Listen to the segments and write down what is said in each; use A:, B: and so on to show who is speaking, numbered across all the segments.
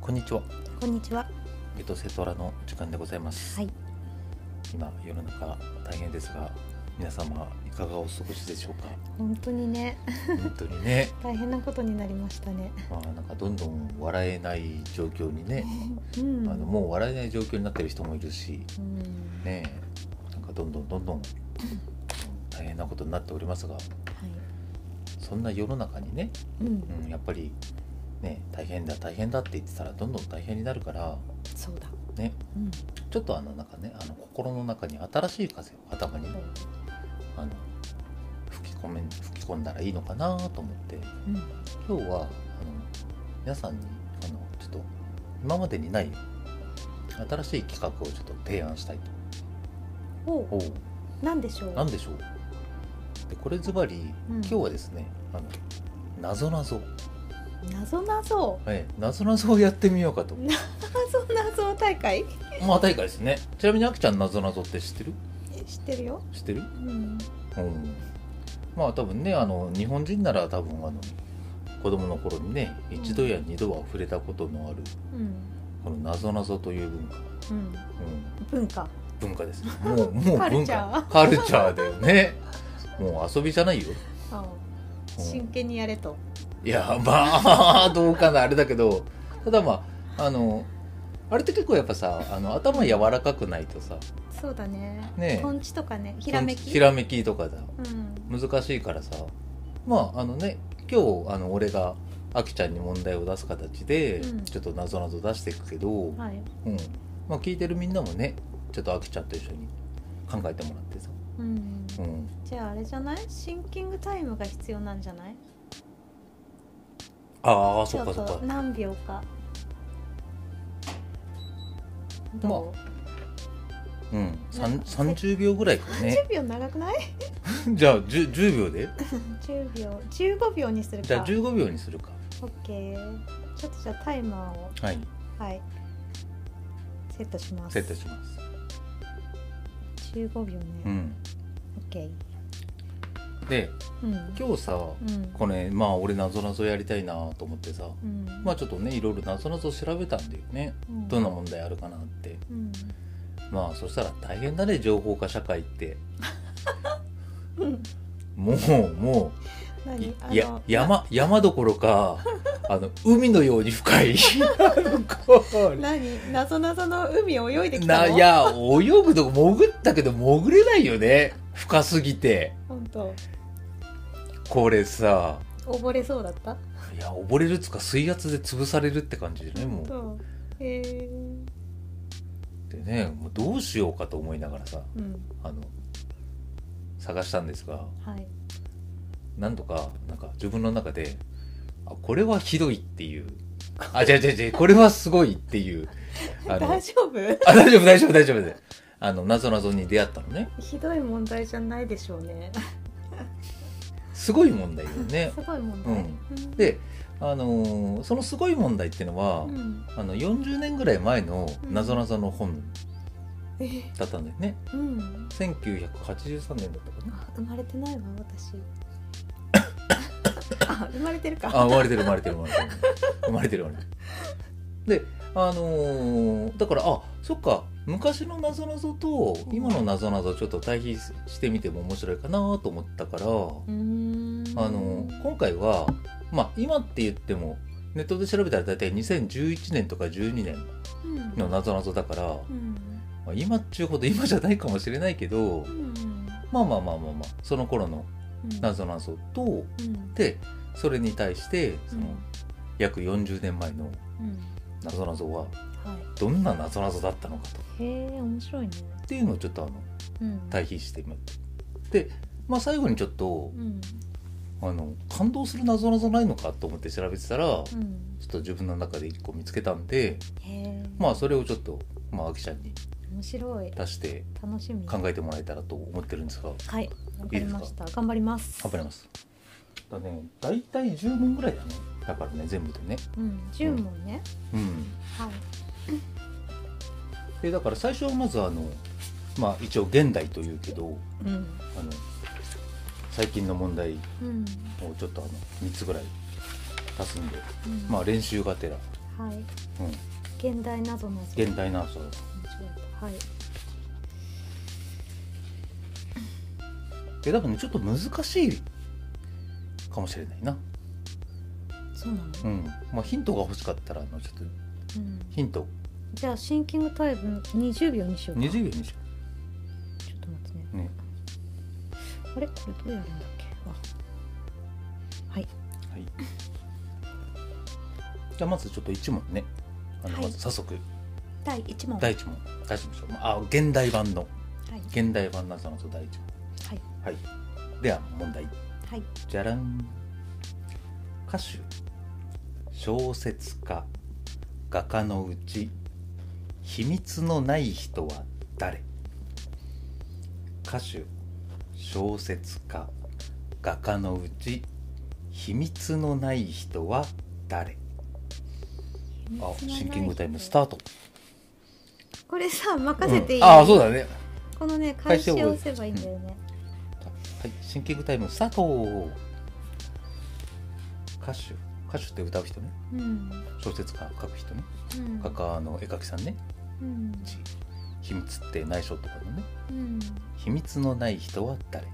A: こんにちは。
B: こんにちは。
A: えっと、セトラの時間でございます。
B: はい。
A: 今、世の中大変ですが、皆様いかがお過ごしでしょ う
B: 本当にね、
A: か。本当にね、
B: 大変なことになりましたね。
A: まあ、なんかどんどん笑えない状況にね。
B: うん。
A: あの、もう笑えない状況になってる人もいるし、
B: うん。
A: ね。なんかどんどんどんどん。大変なことになっておりますが、
B: はい。
A: そんな世の中にね、
B: うん。
A: うん、やっぱり。ね、大変だ大変だって言ってたらどんどん大変になるから
B: そうだ。
A: ね
B: うん。
A: ちょっとあのなんかねあの心の中に新しい風を頭にねあの吹き込め吹き込んだらいいのかなと思って
B: うん。
A: 今日はあの皆さんにあのちょっと今までにない新しい企画をちょっと提案したいと。
B: お
A: お
B: う、
A: う
B: なんでしょう。
A: 何でしょうでこれズバリ
B: うん
A: 今日はですね、あの謎謎
B: 謎謎。
A: ええ謎謎をやってみようかと
B: 謎謎大会。
A: まあ大会ですねちなみにあきちゃん謎謎って知ってる
B: 知ってるよ。
A: 知ってる
B: う
A: う
B: ん。
A: ん、まあ多分ねあの日本人なら多分あの子供の頃にね一度や二度は触れたことのある
B: うん。
A: このなぞなぞという文化、うん、
B: うん。文化。
A: 文化 ですもうもう
B: カル
A: 文
B: チャ
A: 化
B: ー
A: カルチャーだよねもう遊びじゃないよ、
B: ああ
A: うん
B: 真剣にやれと。
A: いやまあ どうかなあれだけどただまああのあれって結構やっぱさあの頭柔らかくないとさ
B: そうだね。
A: ねえ
B: トンチとかね、ひらめき。
A: ひらめきとかだ
B: うん。
A: 難しいからさまああのね今日あの俺があきちゃんに問題を出す形で、
B: うん
A: ちょっとなぞなぞ出していくけど、うん
B: はい。
A: まあ、聞いてるみんなもねちょっとあきちゃんと一緒に考えてもらってさ、
B: うん。
A: うん、
B: じゃああれじゃない？シンキングタイムが必要なんじゃない？
A: ああ
B: ち
A: そ
B: ょ
A: っ
B: っ
A: かそっ
B: と
A: か
B: 何秒か。
A: まあ
B: どう
A: うん、さん30秒ぐらいかね
B: 10秒長くない
A: じゃあ 10, 10秒で
B: ?10 秒15秒にするか
A: じゃあ15秒にするか
B: OK ちょっとじゃあタイマーを
A: はい
B: はいセットします
A: セットします
B: 15秒ね、
A: うん
B: OK
A: で
B: うん
A: 今日さ
B: うん
A: これまあ俺なぞなぞやりたいなと思ってさ
B: うん
A: まあちょっとねいろいろなぞなぞ調べたんだよね
B: うん
A: どんな問題あるかなって
B: うん
A: まあそしたら大変だね情報化社会って
B: うん
A: もうもうい
B: 何あ
A: いや
B: の
A: 山山どころかあの海のように深いあのこう
B: 何なぞなぞの海泳いできた
A: な
B: の
A: いや泳ぐとこ潜ったけど潜れないよね深すぎて
B: 本当
A: これさ
B: 溺れそうだった
A: いや溺れるっつうか水圧で潰されるって感じでねもう
B: そうへえ
A: でねもうどうしようかと思いながらさ
B: うん
A: あの探したんですが
B: はい
A: なんとかなんか自分の中であこれはひどいっていうあ違う違う違うこれはすごいっていうあ
B: 大
A: の
B: 丈夫
A: あ大丈夫大丈夫大丈夫ですあのなぞなぞに出会ったのね
B: ひどい問題じゃないでしょうね
A: すごい問題よね
B: すごい問題、
A: うんであのーそのすごい問題っていうのは、
B: うん
A: あの40年ぐらい前の
B: うん
A: なぞなぞの本
B: え
A: だったんだよね、
B: うん
A: 1983年だったかな
B: あ生まれてないわ 私あ生まれてるか
A: あ生まれてる生まれてる生まれてる生まれてる生まれてるであのーだからあそっか昔のなぞなぞと今のなぞなぞちょっと対比してみても面白いかなと思ったから、
B: うーん
A: あのー今回はまあ今って言ってもネットで調べたら大体2011年とか12年
B: うん
A: のなぞなぞだから、
B: うん
A: まあ、今っちゅうほど今じゃないかもしれないけど
B: うん
A: まあまあまあまあまあその頃の
B: うん
A: なぞなぞと
B: うん
A: でそれに対してその
B: うん
A: 約40年前の
B: うん
A: なぞなぞは
B: は
A: どんななぞなぞだったのかとっ
B: いへえ面白いね
A: ていうのをちょっとあの
B: うん
A: 対比してみようで、まあ、最後にちょっと
B: うん
A: あの感動するなぞなぞないのかと思って調べてたらちょ
B: うん
A: っと自分の中で1個見つけたんで
B: へえ
A: まあそれをちょっと、まあ、あきちゃんに
B: 面白い
A: 出して
B: 楽しみ
A: 考えてもらえたらと思ってるんですが
B: はいわかりました頑張ります
A: 頑張りますだね大体10問ぐらいだねだからね全部でね
B: うん十問ね
A: うん
B: はい
A: でだから最初はまずあのまあ一応現代というけどあ
B: うん
A: の最近の問題
B: うん
A: をちょっとあの3つぐらい足すんで、
B: うん
A: まあ、練習がてら
B: はい、
A: うん
B: 現代なぞなぞ
A: 現代謎
B: はい
A: で多分ねちょっと難しいかもしれないな、
B: そうなの、
A: うんまあ、ヒントが欲しかったらあのちょっと
B: うん
A: ヒント
B: じゃあシンキングタイム20秒にしようか
A: 20秒にしよ
B: ちょっと待ってね
A: うね
B: あれこれどうやるんだっけあはい
A: はいじゃあまずちょっと1問ねあの、
B: はい
A: まず早速
B: 第1問
A: 第1問第1問でしょうあ現代版の
B: はい
A: 現代版謎謎第1
B: はい
A: 問はいでは問題
B: はい
A: じゃらん歌手小説家画家のうち秘密のない人は誰歌手小説家画家のうち秘密のない人は誰あシンキングタイムスタート
B: これさ任せていい、
A: うんああそうだね
B: このね
A: 返
B: 返
A: して
B: し
A: おく
B: を押せばいいんだよね、
A: はい、シンキングタイムスタート歌手歌手って歌う人ね
B: うん
A: 小説家書く人ね
B: うん
A: 画家の絵描きさんね
B: うん
A: 秘密って内緒とかのね
B: うん
A: 秘密のない人は誰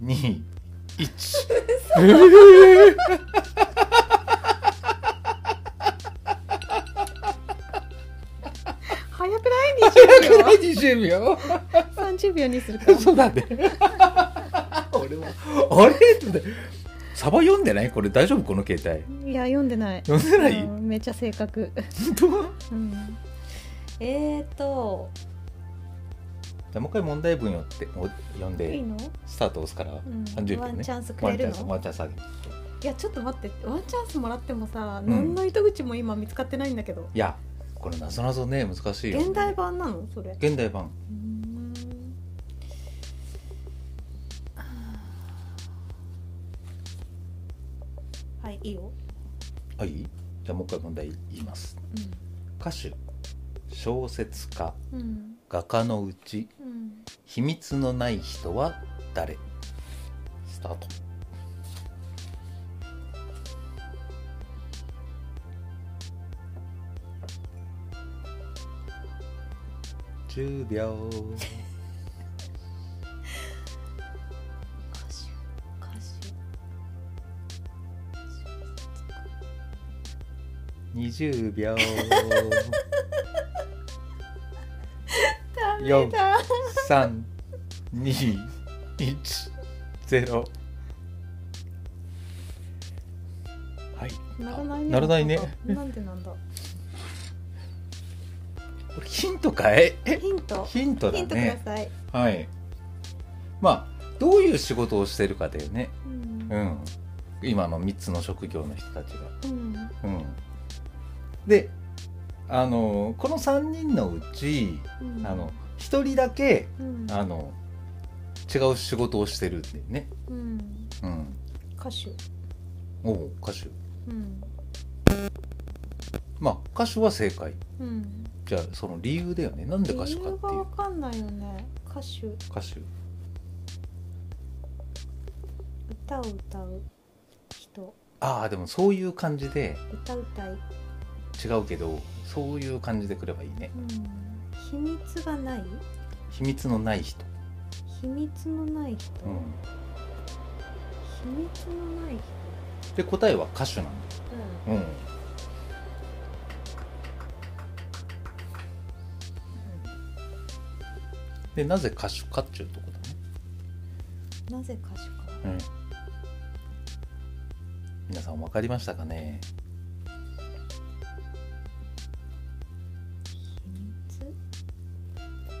A: 2 1
B: 早くない20
A: 20
B: 秒
A: 秒
B: 30秒にする か
A: そうだね俺もあれってサバ読んでないこれ大丈夫この携帯
B: いや読んでない
A: 読んでない
B: うんめっちゃ正確、
A: 本当
B: うん、えーと
A: じゃあもう一回問題文よってお読ん
B: いい
A: で
B: の、
A: スタート押すから
B: うん
A: 30秒ね
B: ワンチャンスくれ
A: ワ
B: るの
A: ンチャンスワンチャンスあげる
B: いやちょっと待ってワンチャンスもらってもさ、
A: ん
B: 何の糸口も今見つかってないんだけど
A: いやこのなぞなぞね難しいよ
B: 現代版なのそれ
A: 現代版
B: うーんはいいいよ、
A: はいじゃあもう一回問題言います歌手小説家
B: うんうん
A: 画家のうち
B: うん、
A: 秘密のない人は誰スタート10秒
B: 歌手歌手
A: 20秒
B: ダ
A: よ
B: メだ
A: 3210はい
B: ならないね
A: ならないね
B: なんでなんだ
A: これヒントかいえ
B: ヒント
A: ヒントだ
B: ヒントくだ
A: ね
B: さい、
A: はいまあどういう仕事をしてるかだよね
B: う
A: う
B: ん
A: ん今の3つの職業の人たちが
B: うん
A: うんであのこの3人のうち
B: うん
A: あの1人だけ
B: うん
A: あの違う仕事をしてるんだよね
B: うん
A: うん
B: 歌手
A: おう歌手
B: うん
A: まあ歌手は正解
B: うん
A: じゃあその理由だよねなんで歌手
B: 理
A: か
B: 由
A: って
B: が
A: いう
B: わかんないよね歌手
A: 歌手
B: 歌を歌う人
A: ああでもそういう感じで
B: 歌うたい、
A: 違うけどそういう感じでくればいいね
B: うん、秘密がない
A: 秘密のない人、
B: 秘密のない人、
A: うん、
B: 秘密のない人、
A: で答えは歌手なんだよ、うん、でなぜ歌手かっていうとこだね、
B: うん、なぜ歌手か
A: うん、皆さん分かりましたかね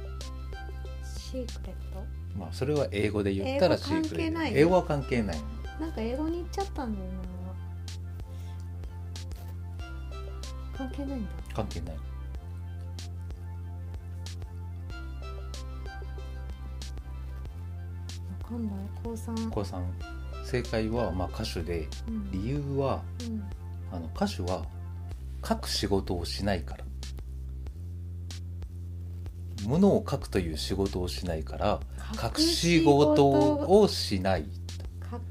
B: 秘密シークレット
A: まあそれは英語で言ったら
B: 英語関係ない
A: 英語は関係ない
B: なんか英語に行っちゃったんだよな関係ないんだ
A: 関係ない
B: わかんない高三
A: 小さん正解はまあ歌手で
B: うん
A: 理由は
B: うん
A: あの歌手は書く仕事をしないからものを書くという仕事をしないから隠し事をしない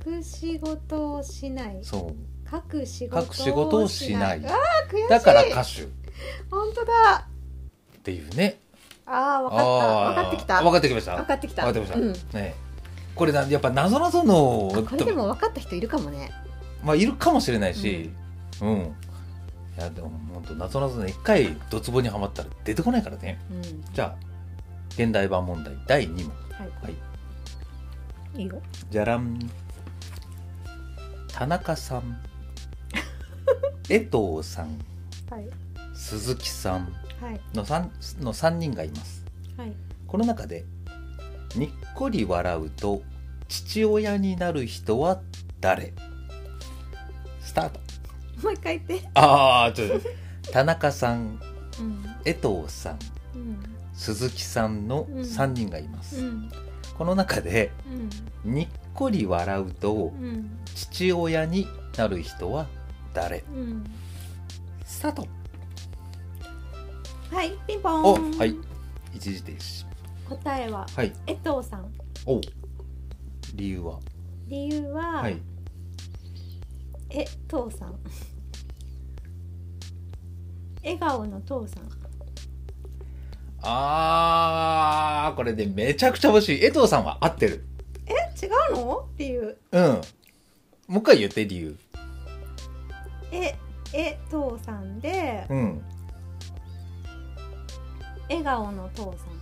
B: 隠し事をしない
A: そう
B: 隠し
A: 隠し事
B: 事を
A: を
B: し
A: し
B: な
A: ないい
B: あー悔しい
A: だから歌手っ
B: 本当だ
A: ていうね
B: あー分
A: あ
B: かった分かってきた
A: 分
B: 分
A: かってきました
B: かってきた
A: 分かってきました
B: うん
A: ねこれなやっぱ謎謎の
B: これでも分かった人いるかもね
A: まあいるかもしれないしうん、いやでも本当謎謎の一回ドツボにはまったら出てこないからね
B: うん
A: じゃあ現代版問題第2問
B: は
A: はいい
B: いいよ
A: じゃらん田中さ ん江藤さん
B: はい
A: 鈴木さん
B: はい
A: の 3, の3人がいます
B: はい
A: この中でにっこり笑うと父親になる人は誰スタート
B: もう一回言って
A: ああちょっと待って田中さん
B: うん
A: 江藤さん
B: うん
A: 鈴木さんの
B: うん
A: 3人がいます、
B: うん
A: この中で
B: うん
A: にっこり笑うと
B: うん
A: 父親になる人は誰
B: うん
A: スタート
B: はいピンポ
A: お
B: ーン
A: はい一時停止
B: 答えは
A: はい
B: 江藤さん
A: お理由は
B: 理由は、
A: はい
B: え父さん笑顔の父さん
A: あーこれでめちゃくちゃ欲しい江藤さんは合ってる
B: え違うのっていう
A: うんもう一回言って理由
B: ええ父さんで
A: うん
B: 笑顔の父さん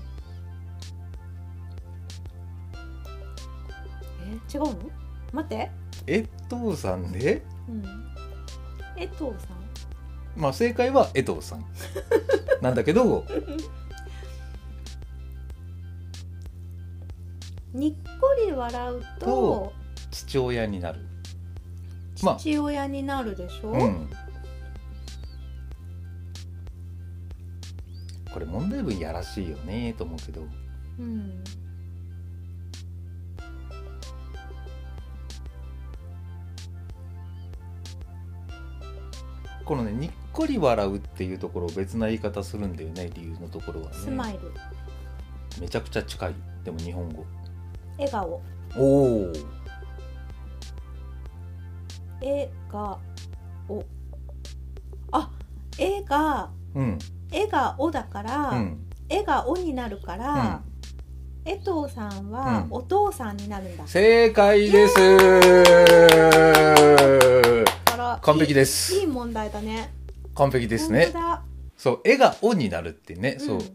B: え違うの待って
A: 江藤さんで
B: うんえ父さん
A: まあ正解は江藤さ んなんだけど
B: にっこり笑うと
A: と父親になるまあ
B: 父親になるでしょ、
A: うんこれ問題文やらしいよねと思うけど
B: うん
A: このねにっこり笑うっていうところを別な言い方するんだよね理由のところはね
B: スマイル、
A: めちゃくちゃ近いでも日本語
B: 笑顔
A: おお
B: 絵がおあ絵が
A: うん
B: 絵がおだから、
A: うん
B: 絵がおになるから、江藤さんは
A: うん
B: お父さんになるんだ、
A: 正解です
B: だから
A: 完璧で
B: いいい
A: す
B: い問題だね
A: 完璧ですね
B: 本当だ
A: そう絵が「お」になるってね、そう
B: うん
A: も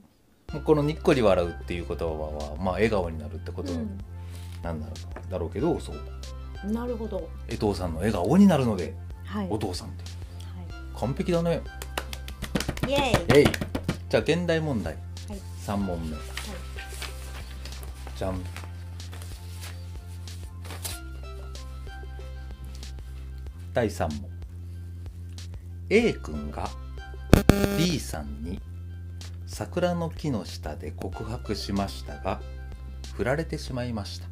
A: うこの「にっこり笑う」っていう言葉は、まあ、笑顔になるってことなんなんだろうだろうけどそう
B: うんなるほど
A: 江藤さんの笑顔になるので
B: はい、
A: お
B: は
A: 父さんって完璧だね
B: い、イエーイ
A: えいじゃあ現代問題、
B: はい
A: 3問目、じゃん第3問 A 君が B さんに桜の木の下で告白しましたが振られてしまいました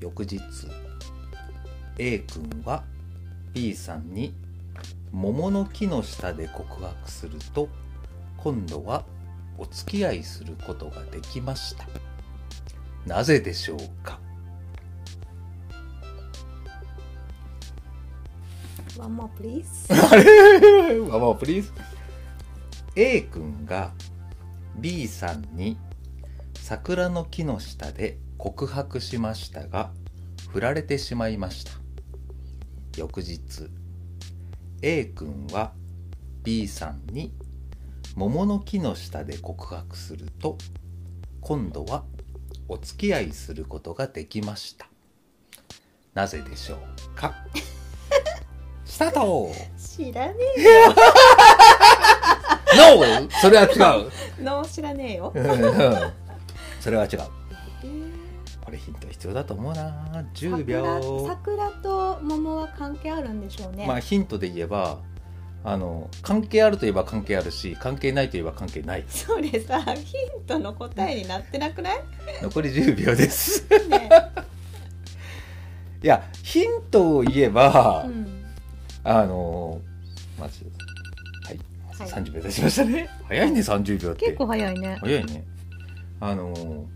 A: 翌日 A 君は B さんに桃の木の下で告白すると今度はお付き合いすることができましたなぜでしょうか
B: ワンモープリーズ
A: あれママプリーズ A 君が B さんに桜の木の下で告白しましたが振られてしまいました翌日 A 君は B さんに桃の木の下で告白すると今度はお付き合いすることができましたなぜでしょうかスタート
B: 知らね
A: No! それは違う。
B: えの知らねえ よ、
A: それは違う。
B: えー
A: これヒント必要だと思うな。10
B: 桜
A: 秒。
B: 桜と桃は関係あるんでしょうね、
A: まあヒントで言えば、あの、関係あるといえば関係あるし、関係ないといえば関係ない。
B: それさヒントの答えになってなく ない
A: 残り10秒 です。
B: ね
A: いや、ヒントを言えば、
B: え、うん、
A: あの、まず、はい。
B: はい
A: 30秒出しましたね。早いね、30秒って。
B: 結構早いね
A: 早いね。あの、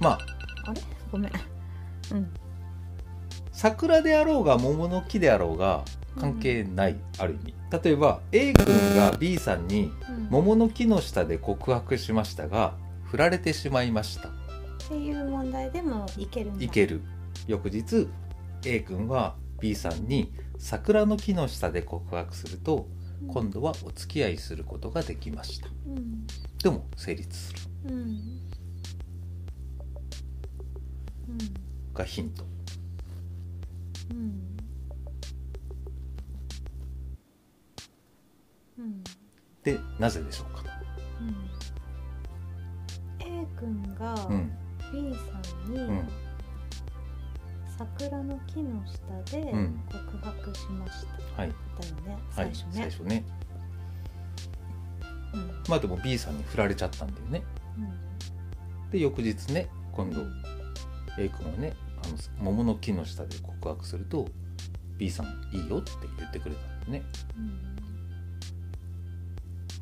A: まあ、
B: あれごめんうん
A: 桜であろうが桃の木であろうが関係ない、ある意味例えば A 君が B さんに
B: うん
A: 桃の木の下で告白しましたが振られてしまいました
B: っていう問題でもいけるんだ
A: いける翌日 A 君は B さんに桜の木の下で告白すると今度はお付き合いすることができました
B: うん
A: でも成立する
B: うんうん
A: がヒント
B: うんうん
A: でなぜでしょうか
B: うん A 君が
A: うん
B: B さんに
A: うん
B: 桜の木の下で
A: うん
B: 告白しました
A: はい
B: だよね
A: は
B: 最
A: い
B: 初ね、
A: 最初ね
B: うんうん
A: まあでも B さんに振られちゃったんだよねで翌日ね今度 A 君はねあの桃の木の下で告白すると B さん「いいよ」って言ってくれたんだよね、
B: うん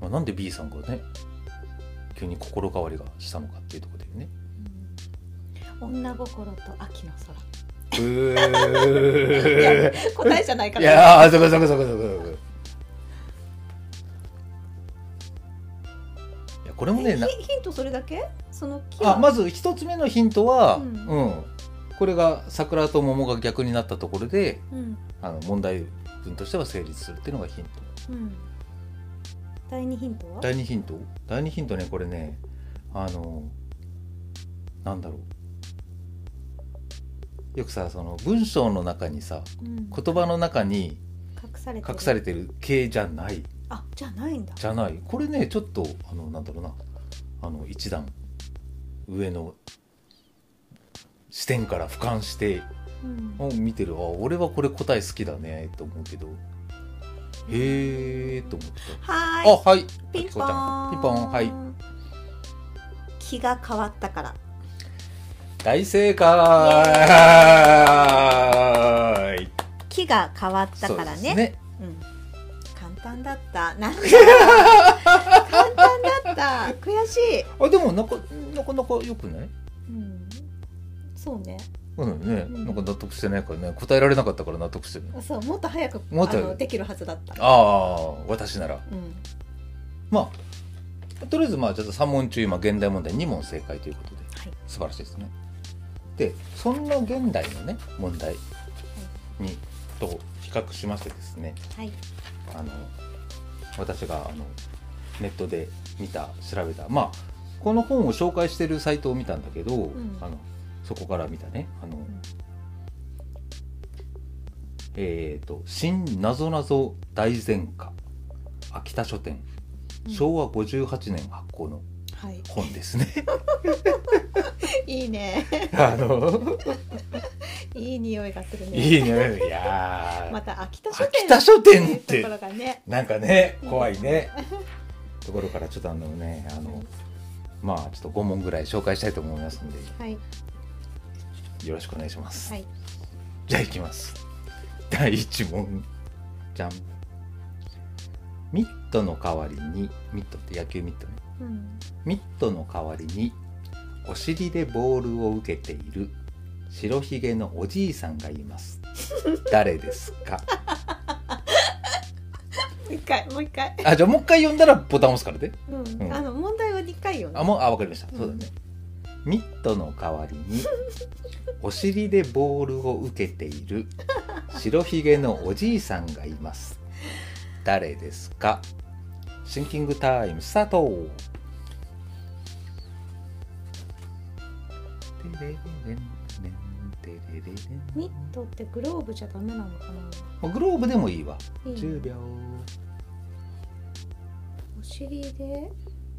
A: まあ、なんで B さんがね急に心変わりがしたのかっていうところだよね
B: うん女心と秋の空
A: う
B: 答えじゃないか
A: い
B: ら
A: やーそこそこそこそこそこいやこれもね
B: え
A: な
B: ヒヒントそれだけその木は
A: あまず一つ目のヒントは、
B: う
A: うんんこれが桜と桃が逆になったところで
B: うん
A: あの問題文としては成立するっていうのがヒント
B: うん第二ヒントは
A: 第2ヒント第2ヒントねこれねあのなんだろうよくさその文章の中にさ
B: うん
A: 言葉の中に
B: 隠されてる
A: 隠されてる系じゃない
B: あじゃあないんだ
A: じゃないこれねちょっとあのなんだろうなあの一段上の視点から俯瞰して
B: うん
A: を見てるあ俺はこれ答え好きだねと思うけどへえと思って
B: は
A: た、
B: ーい
A: あはい
B: ピンポ
A: あきこち
B: ー
A: ゃ
B: ン
A: んピンポンはい
B: 気が変わったから
A: 大正解
B: 気が変わった
A: そう
B: から
A: です
B: ね
A: ね
B: うん、簡単だったなんか簡単だった悔しい、
A: あでもなんかなかなかよくない
B: うん、そうね
A: うんね、
B: うん
A: なんか納得してないからね答えられなかったから納得してない
B: そうもっと早く
A: もっと
B: あのできるはずだった
A: ああ私なら
B: うん
A: まあとりあえずまあちょっと3問中今現代問題2問正解ということで
B: はい
A: 素晴らしいですね。でそんな現代のね問題にと比較しましてですね
B: はい
A: あの私があのネットで見た調べたまあこの本を紹介してるサイトを見たんだけど、
B: ん
A: あのそこから見たねあの、
B: ん
A: えっ、と「新なぞなぞ大全科秋田書店」
B: うん
A: 昭和58年発行の
B: はい
A: 本です ね。
B: いいね
A: あの
B: いい匂いがするね
A: いいねいやー
B: また秋田書店
A: 秋田書店っ
B: とこ
A: て
B: ろがね
A: なんかね怖いねところからちょっとあのねあのまあちょっと5問ぐらい紹介したいと思いますんで
B: はい
A: よろしくお願いします、
B: はい
A: じゃあいきます第1問じゃんミットの代わりにミットって野球ミットね
B: うん
A: ミットの代わりにお尻でボールを受けている白ひげのおじいさんがいます誰ですか
B: もう一回もう一回
A: あじゃあもう一回読んだらボタン押すからね
B: うん、
A: うん
B: あの問題は二回よね
A: あもうあわかりました、
B: うん
A: そうだねミットの代わり にお尻でボールを受けている白ひげのおじいさんがいます誰ですかシンキングタイムスタートテレレレンテレレレ
B: ミットってグローブじゃダメなのかな
A: ングローブでもいいわ
B: いい
A: 10秒
B: お尻で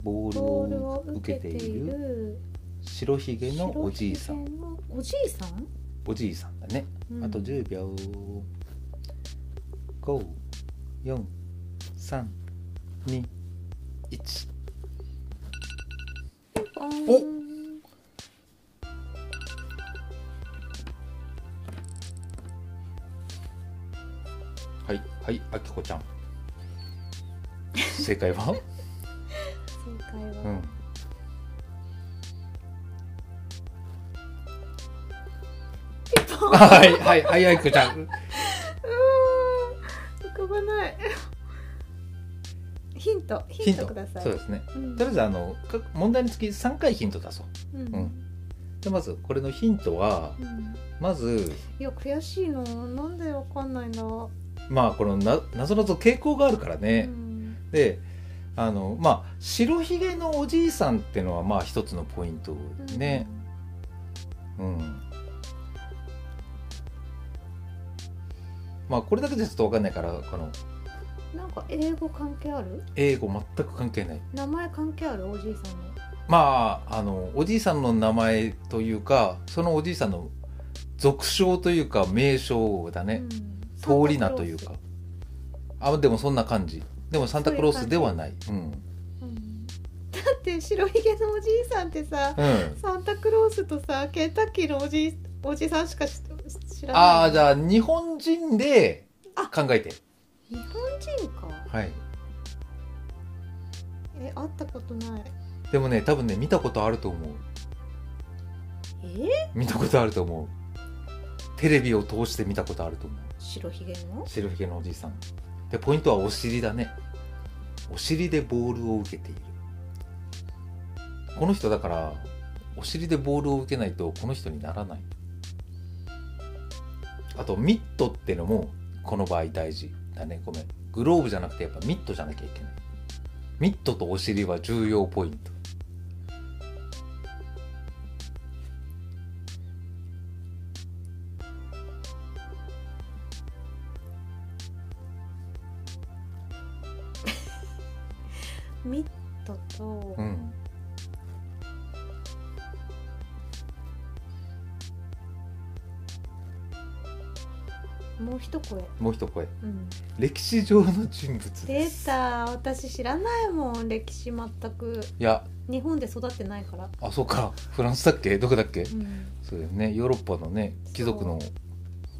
A: ボール
B: ボールを
A: を受
B: 受
A: け
B: け
A: て
B: て
A: い
B: い
A: る
B: る
A: 白ひげのおじいさん
B: 白ひげのおじいさん、
A: おじいさんだね
B: うん
A: あと10秒。5、4、3、2、1。
B: お
A: はい、はい、あきこちゃん。正解は
B: 正解
A: う
B: は
A: ん。
B: う
A: はいはいはいはいくちゃん
B: ーん浮かばないヒントヒントください
A: そうですね
B: うん
A: とりあえずあのか問題につき3回ヒント出そう
B: うん
A: でまずこれのヒントは
B: うん
A: まず
B: いや悔しいのなんでわかんないの、
A: まあこのななぞなぞ傾向があるから
B: う
A: ね、
B: ん、
A: であのまあ白ひげのおじいさんってのはまあ一つのポイントね、うんまあこれだけでちょっと分かんないからこの
B: うんなんか英語関係ある
A: 英語全く関係ない
B: 名前関係あるおじいさんの
A: まああのおじいさんの名前というかそのおじいさんの俗称というか名称だね、
B: うん
A: 通り名というかあでもそんな感じでもサンタクロースではないうん
B: うん だって白ひげのおじいさんってさ
A: うん
B: サンタクロースとさケンタッキーのおじいおじさんしかし知らない
A: ああじ
B: ゃ
A: ゃあ日本人で
B: あ
A: 考えて
B: 日本人か
A: はい
B: え会ったことない
A: でもね多分ね見たことあると思う
B: え
A: 見たことあると思うテレビを通して見たことあると思う
B: 白ひげの
A: 白ひげのおじいさんでポイントはお尻だねお尻でボールを受けているこの人だからお尻でボールを受けないとこの人にならないあとミットってのもこの場合大事だねごめんグローブじゃなくてやっぱミットじゃなきゃいけないミットとお尻は重要ポイント
B: ミットと
A: うん
B: もう一声、
A: もう一声
B: うん、
A: 歴史上の人物
B: 出
A: です
B: た私知らないもん歴史全く
A: いや
B: 日本で育ってないから、
A: あそうかフランスだっけどこだっけ
B: うん
A: そうだよねヨーロッパのね貴族の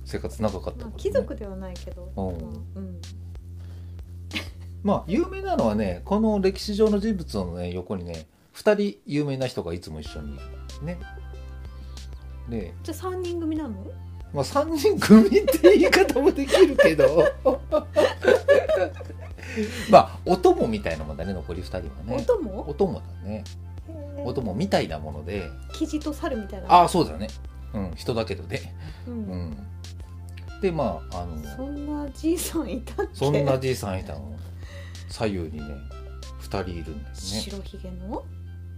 A: 生活長かったから、
B: ま
A: ね、
B: あ貴族ではないけど、
A: うん
B: まあうん
A: まあ有名なのはねこの歴史上の人物のね横にね2人有名な人がいつも一緒にいるねで、
B: じゃあ三人組なの
A: まあ、3人組って言い方もできるけど まあお供みたいなもんだね残り2人は
B: お
A: ね
B: 供
A: お供だねお供みたいなもので
B: キジと猿みたいな
A: ああそうだねうん人だけどね
B: う
A: うんんでまああの
B: そんなじいさんいたっけ
A: そんなじいさんいたの左右にね2人いるんですね
B: 白ひげの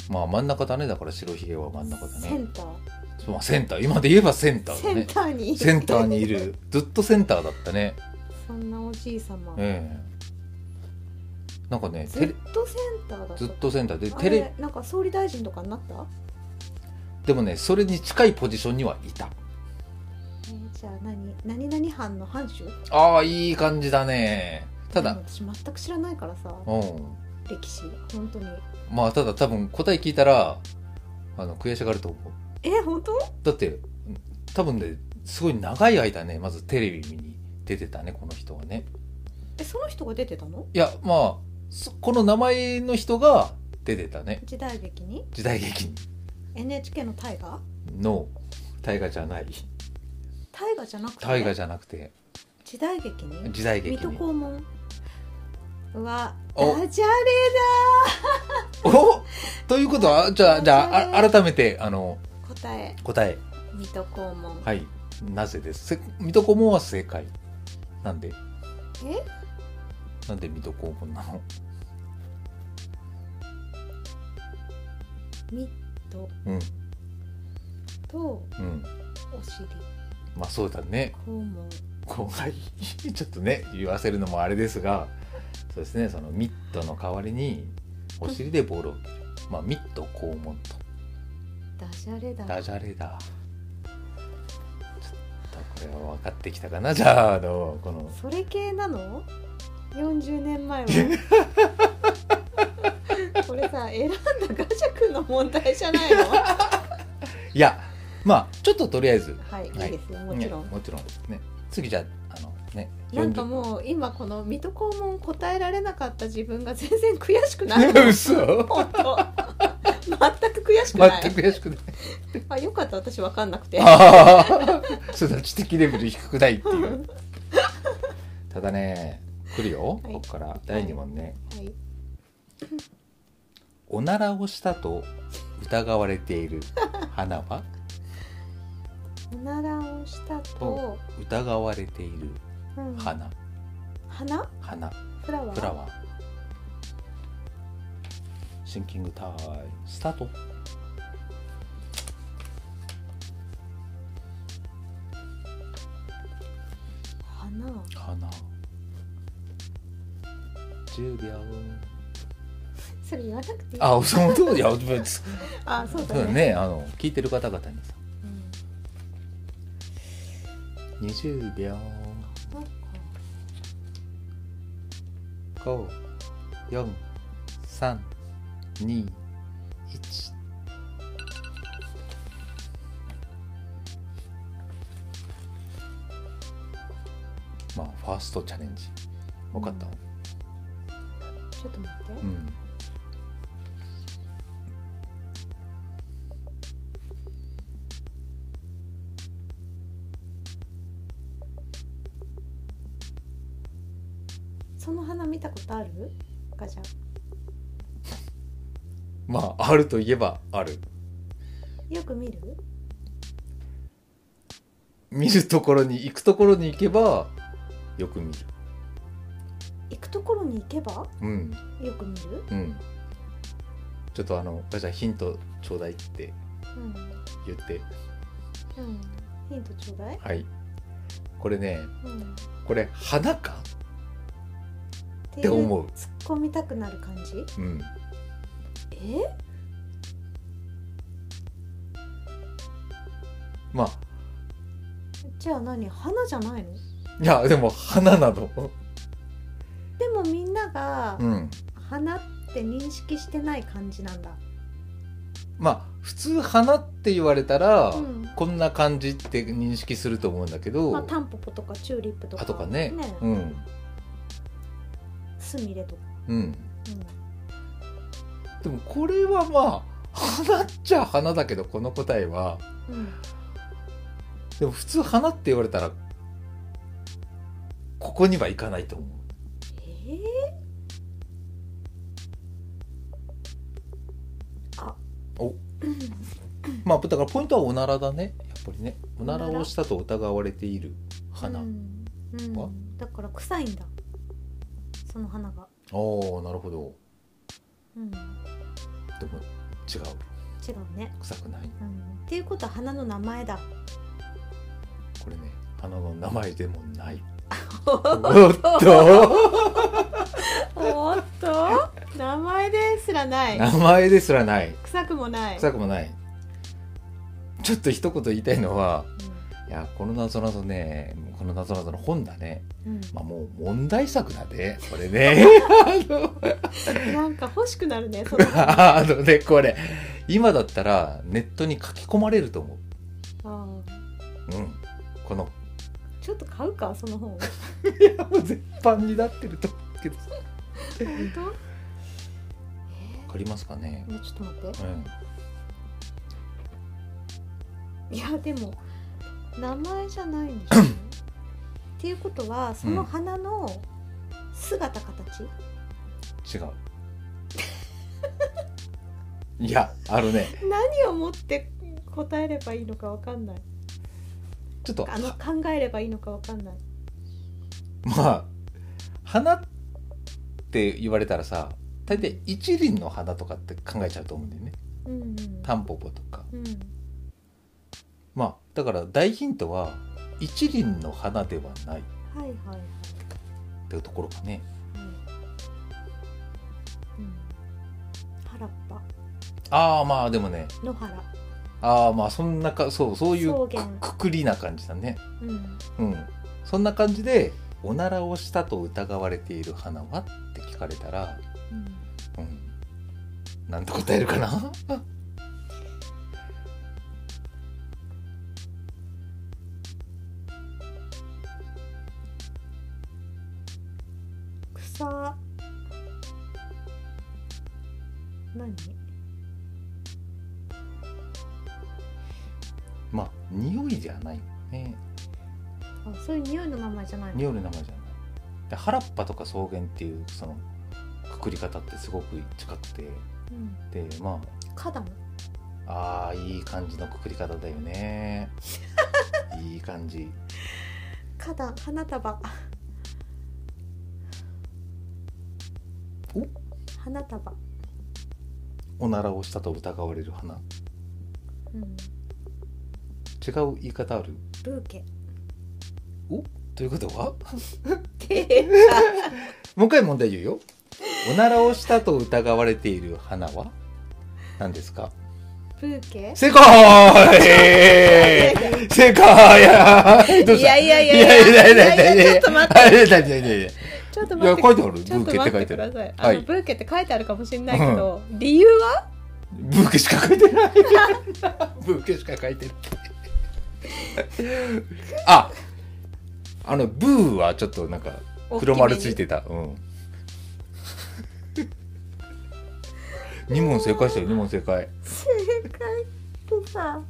A: まあ真ん中だねだから白ひげは真ん中だ
B: セ
A: ね
B: ンター
A: そうまあセンター今で言えばセンター
B: セ
A: だ
B: ン
A: ね
B: ターに
A: センターにいるずっとセンターだったね
B: そんなおじいさま
A: ええなんかね
B: ず
A: テレ
B: っとセンターだった
A: ずっとセンターで
B: あ
A: テレ
B: れなんか総理大臣とかになった
A: でもねそれに近いポジションにはいた
B: えーじゃあ何何々藩の藩主
A: ああいい感じだねただ
B: でも私全く知らないからさ
A: うん
B: 歴史本当に
A: まあただ多分答え聞いたらあの悔しがると思う
B: え本当
A: だって多分ねすごい長い間ねまずテレビに出てたねこの人はね
B: えその人が出てたの
A: いやまあそこの名前の人が出てたね
B: 時代劇に
A: 時代劇に
B: NHK の大河
A: の大河じゃない
B: 大河じゃなくて
A: 大河じゃなくて
B: 時代劇に
A: 時代
B: 水
A: 劇
B: 戸
A: に
B: 黄門うわ
A: お
B: ダジャレ
A: おということはじゃあじゃああ改めてあの
B: だ答え
A: 答え
B: 水戸黄門
A: はいなぜですせ水戸黄門は正解なんで
B: え
A: なんで水戸黄門なの
B: 水戸
A: うん
B: と
A: うん
B: お尻
A: まあそうだね
B: 肛門
A: 後輩に ちょっとね言わせるのもあれですがそうですねそのミットの代わりにお尻でボールを受ける、まあ、ミット肛門と
B: ダジャレだ
A: ダジャレだちょっとこれは分かってきたかなじゃああのこの
B: それ系なの40年前はこれさ選んだガジャ君の問題じゃないのはい
A: やまあちょっととりあえず
B: い、いい
A: はい
B: ですよもちろん、
A: ねもちろんね次じゃああのね
B: なんかもう今この水戸黄門答えられなかった自分が全然悔しくない
A: 40 嘘
B: 本当全く悔しくない
A: 全く悔しくない
B: あよかった私分かんなくて
A: ああそれだ知的レベル低くないっていうただね来るよ、
B: はい
A: ここから第2問ね、
B: はい
A: おならをしたと疑われている花は
B: おならをしたと
A: と、疑われている
B: うん
A: 花
B: 花
A: 花
B: フラワー
A: フラワーシンキングタイムスタート
B: 花
A: 花10秒
B: それ言わなくていい
A: あその 通りいや別
B: あそうだ
A: そうだ
B: ね
A: ねあの聞いてる方々にさ
B: うん
A: 20秒
B: なんか
A: 54321まあファーストチャレンジ分かった、
B: ちょっと待って、
A: うん
B: その花見たことあるガチャ
A: まああるといえばある
B: よく見る
A: 見るところに行くところに行けばよく見る
B: 行くところに行けば
A: うん
B: よく見る
A: うんちょっとあのガチャヒントちょうだいって
B: うん、
A: 言って
B: うん、ヒントちょうだい、
A: はいこれね
B: うん、っ
A: これ花かってて
B: いう
A: 思う
B: 突っ込みたくなる感じ
A: うん
B: え
A: まあ
B: じゃあ何花じゃないの
A: いやでも花なの
B: でもみんなが
A: うん
B: 花って認識してない感じなんだ、
A: まあ普通花って言われたら、
B: うん
A: こんな感じって認識すると思うんだけど、
B: まあ、タンポポとかチューリップとか
A: あとかねうん
B: スミレとか、
A: うん
B: うん
A: でもこれはまあ花っちゃ花だけどこの答えは
B: うん、
A: でも普通花って言われたらここにはいかないと思う
B: え
A: まあだからポイントはおならだねやっぱりねおならをしたと疑われている
B: ー、
A: 花、
B: うんうん
A: は
B: だから臭いんだその花が、
A: ああなるほど
B: うん、違
A: でも違う
B: うね、
A: 臭くない
B: うん、っていうことは花の名前だ
A: これね花の名前でもない
B: お
A: おっと
B: おっと 名前ですらない
A: 名前ですらない
B: 臭くもない
A: 臭くもないちょっと一言言いたいのはいやこの謎ぞねこの謎ぞの本だね
B: うんうん
A: まあもう問題作だねこれね あの
B: なんか欲しくなるねそのあ
A: あのねこれ今だったらネットに書き込まれると思
B: ー
A: ううんこの
B: ちょっと買うかその本
A: いやもう絶版になってると思うけどわ
B: 本当
A: かりますかね
B: えー、ちょっと待っ
A: うん
B: ていやでも名前じゃないんで しょっていうことはその花の姿形、
A: 違う いやあのね
B: 何をもって答えればいいのかわかんない
A: ちょっと
B: あの
A: は
B: 考えればいいのかわかんない
A: まあ花って言われたらさ大体一輪の花とかって考えちゃうと思うんだよね
B: うんうん
A: タンポポとか
B: うん
A: まあだから大ヒントは一輪の花ではないっ
B: はいはいはい、はい
A: ていうところかね
B: うん、原っぱ
A: ああまあでもね
B: 野原
A: ああまあそんなかそうそういう
B: 草原
A: くくくりな感じだね
B: うん
A: うんそんな感じでおならをしたと疑われている花はって聞かれたら
B: うん
A: うん、なんて答えるかな
B: 草何
A: まあ匂いじゃないね
B: あそういう匂いの名前じゃないの
A: 匂いの名前じゃないで原っぱとか草原っていうそのくくり方ってすごく近くて
B: うん
A: でまあ
B: 花壇
A: あーいい感じのくくり方だよ ねいい感じ
B: 花壇花束
A: お
B: 花束
A: おならをしたと疑われる花
B: うん
A: 違う言い方ある
B: ブー ケ
A: ということは
B: って
A: もう一回問題言うよおならをしたと疑われている花は何ですか
B: ブーケ
A: 正解 正解 どうした
B: いやいやいや
A: いやいやいやいやいや
B: いやいやちょっと待って
A: いやいやいやいやいや
B: ちょっと
A: い
B: 待っ
A: や
B: て
A: 書いてあるブ
B: ちょっ
A: ー
B: と
A: ケって
B: 待っ
A: 書い
B: て
A: て
B: く
A: あ
B: だ
A: る
B: さい。
A: は
B: あ
A: い
B: のブーケって書いてあるかもしれないけど、理由は
A: ブーケしか書いてないブーケしか書いてないああのブーはちょっとなんか 黒丸ついてたうん2問正解したよ2問正解
B: 正解ってさ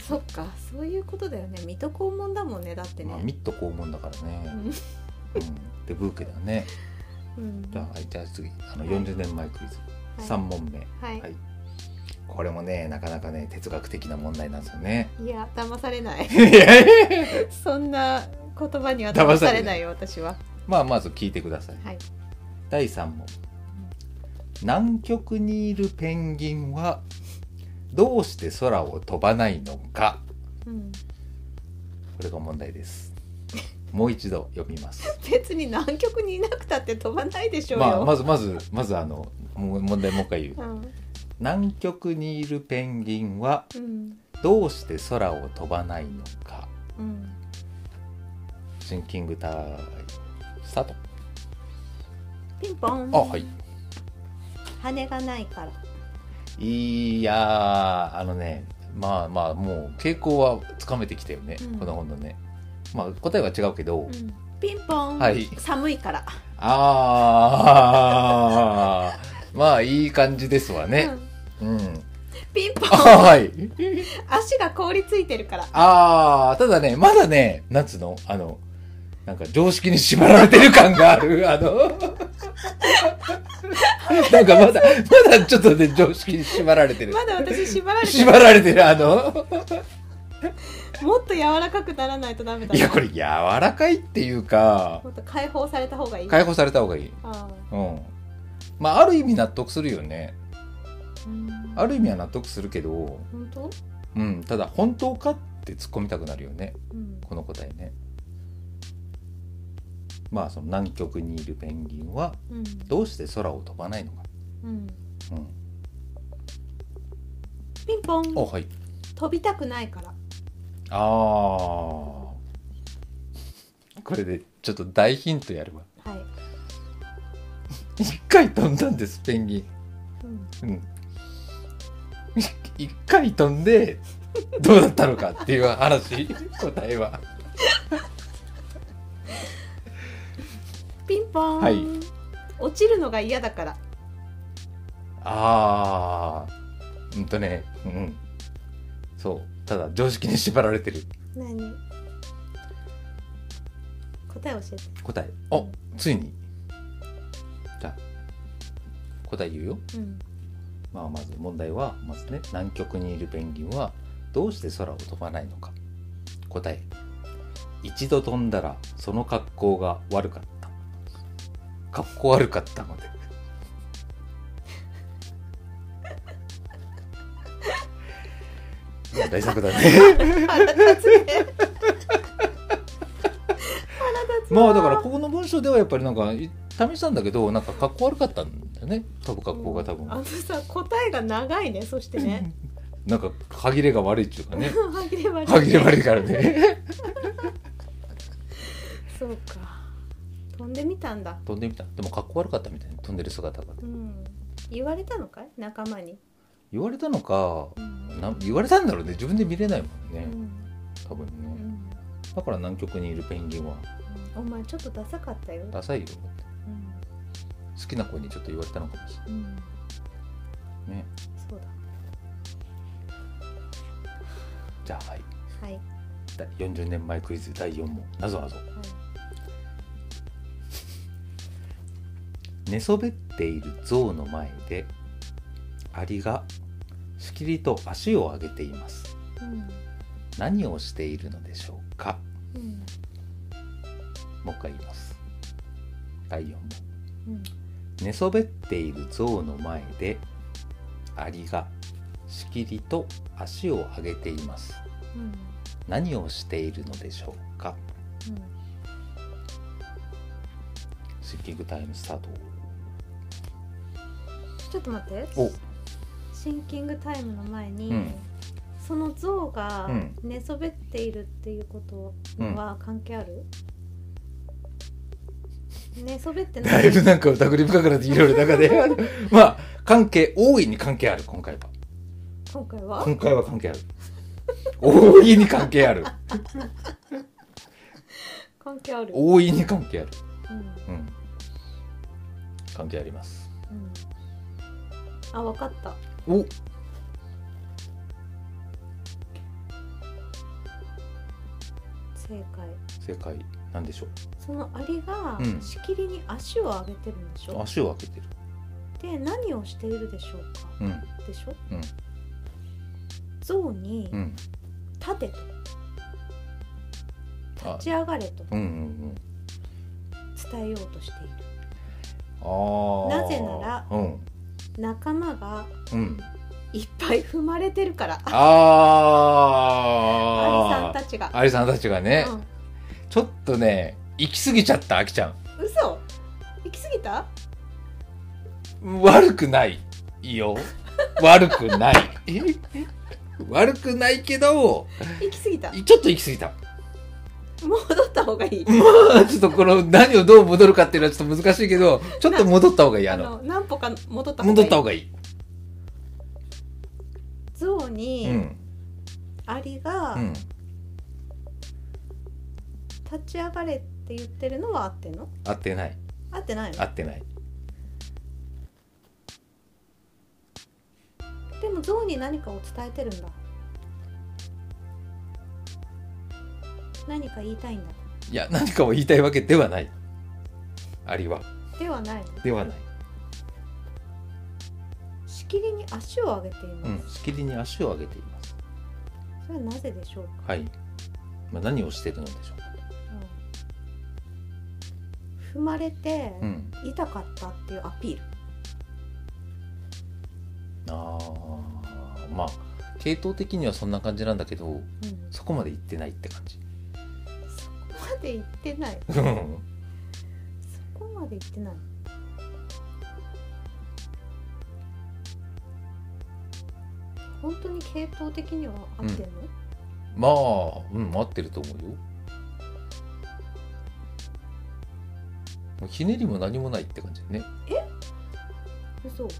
B: そっかそういうことだよね水戸黄門だもんねだってね、
A: まあミット肛門だからね、うん、でブーケだね
B: うん
A: じゃあはいじゃあ次あの40年前クイズ、3問目
B: はい、
A: はいこれもねなかなかね哲学的な問題なんですよね
B: い、や騙されない そんな言葉には騙されないよ私は
A: まあまず聞いてください
B: はい
A: 第3問南極にいるペンギンはどうして空を飛ばないのか
B: うん、
A: これが問題ですもう一度読み ます
B: 別に南極にいなくたって飛ばないでしょうよ、
A: まあまずまずまずあのもう問題もう一回言う
B: うん
A: 南極にいるペンギンは
B: うん
A: どうして空を飛ばないのか
B: うん
A: シンキングタイムスタート
B: ピンポン
A: あはい
B: 羽がないから
A: いやーあのねまあまあもう傾向はつかめてきたよね、
B: うん
A: この本のねまあ答えは違うけど、
B: うんピンポン、
A: はい
B: 寒いから、
A: ああ まあいい感じですわ
B: う
A: ね
B: ん
A: うん、
B: ピンポン
A: あはい
B: 足が凍りついてるから
A: ああただねまだねなんつうのあのなんか常識に縛られてる感がある あのなんかまだまだちょっとね常識に縛られてる
B: まだ私縛られて
A: 縛
B: る
A: られてるあの
B: もっと柔らかくならないとダメだ
A: いや
B: な
A: これ柔らかいっていうか
B: もっと解放された方がいい
A: 解放された方がいい
B: あ
A: うんまあある意味納得するよね
B: ーうん
A: ある意味は納得するけど
B: 本当、
A: うん、ただ本当かって突っ込みたくなるよね
B: うん、
A: この答えねまあその南極にいるペンギンは
B: うん
A: どうして空を飛ばないのか、
B: うん
A: うん、
B: ピンポ
A: あ
B: ン
A: はい
B: 飛びたくないから
A: ああこれでちょっと大ヒントやれば
B: はい、
A: 一回飛んだんですペンギ
B: うん、
A: ンうん 一一回飛んでどうだったのかっていう話 答えは
B: ピンポン、
A: はい
B: 落ちるのが嫌だから
A: ああうんとねうんそうただ常識に縛られてる
B: 何答え教えて
A: 答えあついにじゃあ答え言うよ、
B: うん
A: まあ、まず問題はまずね南極にいるペンギンはどうして空を飛ばないのか答え一度飛んだらその格好が悪かった格好悪かったので まあ大作だね
B: 腹立つね腹立つわ
A: まあだからここの文章ではやっぱりなんかい試したんだけどなんか格好悪かったんだよね飛ぶ格好が多分、
B: あのさ答えが長いねそしてね
A: なんか歯切れが悪いっていうかね
B: 歯切れ悪い
A: 歯切れ悪いからね
B: そうか飛んでみたんだ
A: 飛んでみたでも格好悪かったみたいに飛んでる姿が
B: うん言われたのかい仲間に、
A: 言われたのか
B: うん
A: な言われたんだろうね自分で見れないもん
B: う
A: ね
B: ん
A: 多分
B: う
A: ね
B: ん
A: だから南極にいるペンギンは
B: お前ちょっとダサかったよ、
A: ダサいよ
B: うん
A: 好きな子にちょっと言われたのかもし
B: う
A: れ
B: ん
A: ないね
B: そうだ
A: じゃあはい
B: はい、はい、
A: だ40年前クイズ第4問なぞなぞ寝そべっている象の前でアリがしきりと足を上げています
B: うん
A: 何をしているのでしょうか
B: うん
A: もう一回言います第4問
B: うん
A: 寝そべっている象の前でアリがしきりと足を上げています
B: うん
A: 何をしているのでしょうか
B: うん
A: シッキングタイムスタート
B: ちょっと待って
A: お
B: シンキングタイムの前に、
A: うん
B: その像が
A: うん
B: 寝そべっているっていうことは関係 ある、寝そべってな
A: だ
B: い
A: いぶなんか疑り深くなっていろいろ中で まあ関係大いに関係ある今回は
B: 今回は
A: 今回は関係ある大いに関係ある
B: 関係ある、
A: 大いに関係ある
B: うん
A: うん関係あります
B: うん、あわかった
A: お
B: 正解
A: 正解なんでしょ
B: そのアリが
A: うん
B: しきりに足を上げてるんでし
A: う
B: ょ、
A: 足を開けてる
B: で何をしているでしょうか
A: うん
B: でしょ、
A: うん
B: 象に
A: うん
B: 立てと
A: あ
B: 立ち上がれと
A: うんうん
B: 伝えようとしている
A: うんああ
B: なぜなら
A: うん
B: 仲間が
A: うん
B: いっぱい踏まれてるから
A: あ
B: アリさ
A: あ
B: んたちが、
A: アリさんたちがね、
B: う
A: ちょっとね行き過ぎちゃったあきちゃ
B: ん、嘘行き過ぎた
A: ん悪くない よ悪くないえ悪くないけど
B: 行き過ぎた
A: ちょっと行き過ぎた
B: 戻った方がいい
A: まあちょっとこの何をどう戻るかっていうのはちょっと難しいけどちょっと戻った方がいい
B: あ
A: あの
B: の何歩か戻った方が
A: 戻っ
B: いい
A: た方がいい、
B: 象
A: う
B: に
A: ん
B: アリが
A: うん
B: 立ち上がれって言ってるのは合ってんの
A: 合ってない
B: 合ってないの
A: 合ってない
B: でも象に何かを伝えてるんだ何か言いたいんだ
A: いや何かを言いたいわけではないありは
B: ではないの
A: ではない、
B: しきりに足を上げています、
A: うん、しきりに足を上げています
B: それはなぜでしょうか、
A: はい、まあ、何をしてるのでしょう
B: うん踏まれて、
A: うん
B: 痛かったっていうアピール
A: あーまあ系統的にはそんな感じなんだけど
B: うん
A: そこまで行ってないって感じ
B: そこまで行ってない
A: うん
B: そこまで行ってない本当に系統的には合ってるの、
A: まあうん合ってると思うよもうひねりも何もないって感じだね
B: 嘘
A: うん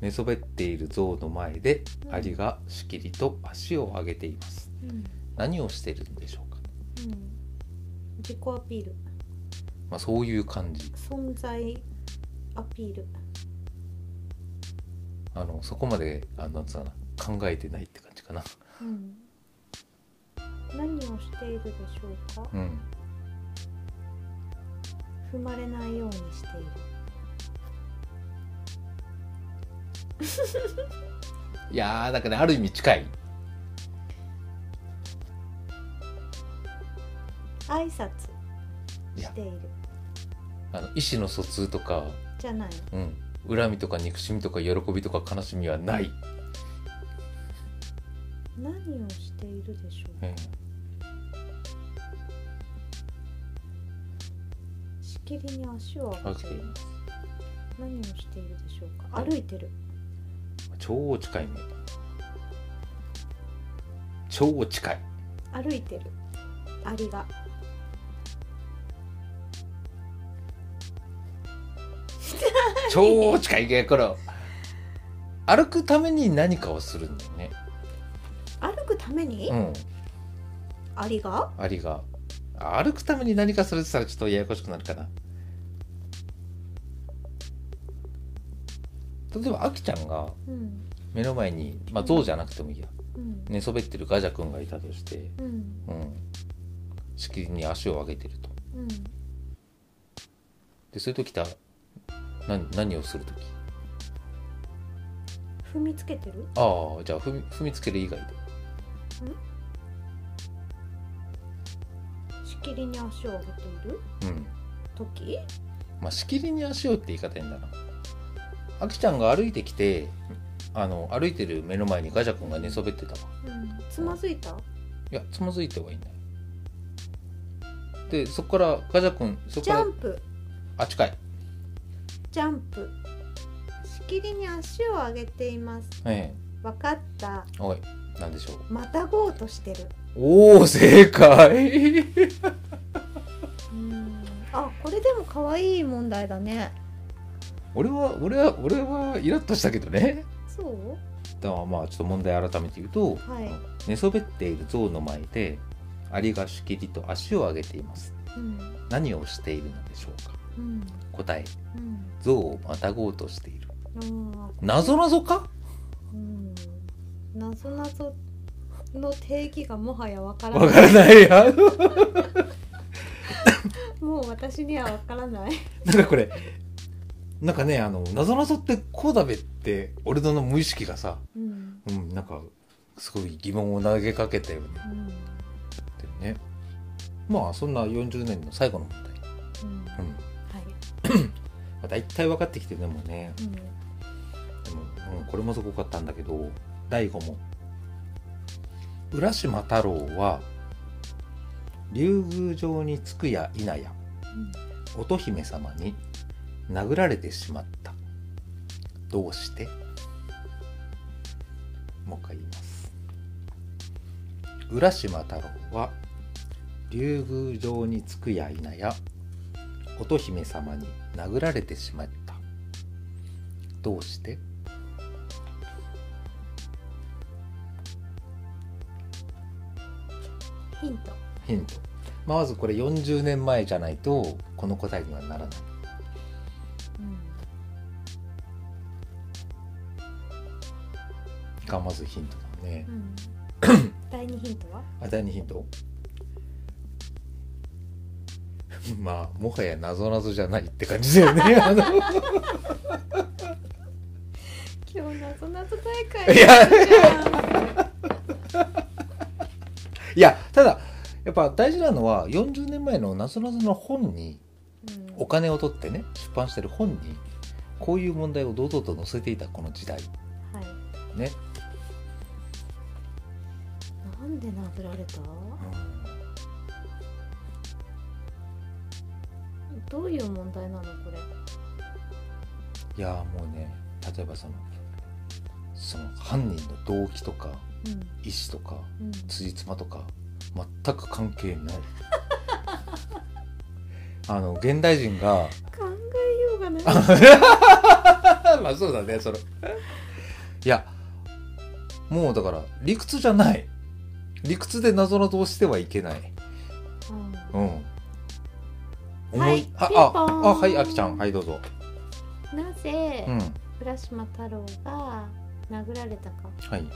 A: 寝そべっている象の前で
B: うん
A: アリがしきりと足を上げています
B: うん、
A: 何をしてるんでしょうか、
B: 自己アピール
A: まあ、そういう感じ
B: 存在アピール
A: あのそこまであなんつうかな考えてないって感じかな
B: うん何をしているでしょうか
A: うん
B: 踏まれないようにしている
A: いやーだからある意味近い
B: 挨拶
A: いや
B: している
A: あの意思の疎通とか、
B: じゃない
A: うん、恨みとか憎しみとか喜びとか悲しみはない、
B: 何をしているでしょう
A: うん
B: しきりに足を上
A: わか
B: げて
A: ります
B: 何をしているでしょうか歩いてる
A: 超近いね超近い
B: 歩いてるアリが
A: 超近いねこれ歩くために何かをするんだよね
B: 歩くために、
A: うん
B: アリが
A: アリがあ歩くために何かするって言ったらちょっとややこしくなるかな例えばアキちゃんが
B: うん
A: 目の前に、まあ、象じゃなくてもいいや
B: うん
A: 寝そべってるガジャ君がいたとして、
B: うん
A: うん、しきりに足を上げてると
B: うん
A: でそういう時だ何何をする時
B: 踏みつけてる
A: ああじゃあ踏み踏みつける以外で
B: しきりに足を上げている
A: うん
B: 時
A: まあしきりに足をって言い方変だなあきちゃんが歩いてきてあの歩いてる目の前にガジャ君が寝そべってたわ
B: うんつまずいた
A: いやつまずいた方がいいんだよでそこからガジャ君そこ
B: ジ
A: か
B: ャ
A: ら
B: ンプ
A: あ近い
B: ジャンプしきりに足を上げています
A: え
B: わかった
A: えおい何でしょう
B: またごうとしてる
A: おお正解
B: うんあこれでも可愛い問題だね
A: 俺は俺は俺はイラッとしたけどね
B: そう
A: だからまあちょっと問題改めて言うと、
B: はい
A: 寝そべっている象の前でアリがしきりと足を上げています
B: うん
A: 何をしているのでしょうか
B: うん
A: 答え
B: うん
A: 象をまたごうとしている
B: あー
A: なぞなぞか
B: うんなぞなぞの定義がもはやわから
A: わ
B: な
A: か
B: い
A: らないや
B: もう私にはわからない
A: なんかこれなんかねあのなぞなぞってこうだべって俺の無意識がさ
B: うん
A: うんなんかすごい疑問を投げかけたよね
B: うん
A: ってねまあそんな40年の最後の問題
B: うんは
A: う
B: い
A: ん、まあ、大体分かってきてるねもうね
B: うん
A: でも、うん、これもすごかったんだけど第5問浦島太郎は竜宮城に着くや否や乙姫様に殴られてしまったどうしてもう一回言います浦島太郎は竜宮城に着くや否や乙姫様に殴られてしまったどうして
B: ヒント
A: ヒントまずこれ40年前じゃないとこの答えにはならないがまずヒントだもんね
B: うん第二ヒントは
A: あ第2ヒント まあもはやなぞなぞじゃないって感じだよねあの
B: 今日なぞなぞ大
A: い
B: 会
A: や
B: じゃん
A: いやただやっぱ大事なのは40年前のなぞなぞの本に
B: うん
A: お金を取ってね出版してる本にこういう問題を堂々と載せていたこの時代
B: はい
A: ね、
B: なんで殴られたどういう問題なのこれ
A: いやもうね例えばそのその犯人の動機とか
B: うん
A: 意思とか
B: うん
A: 辻褄とか全く関係ない あの現代人が
B: 考えようがない
A: まあそうだねそれいやもうだから理屈じゃない理屈でなぞなぞをしてはいけない
B: うん
A: うん思
B: はい
A: あ
B: ピンポーン
A: ああはいあきちゃんはいどうぞ
B: なぜ
A: うん
B: 浦島太郎が殴られたか
A: はい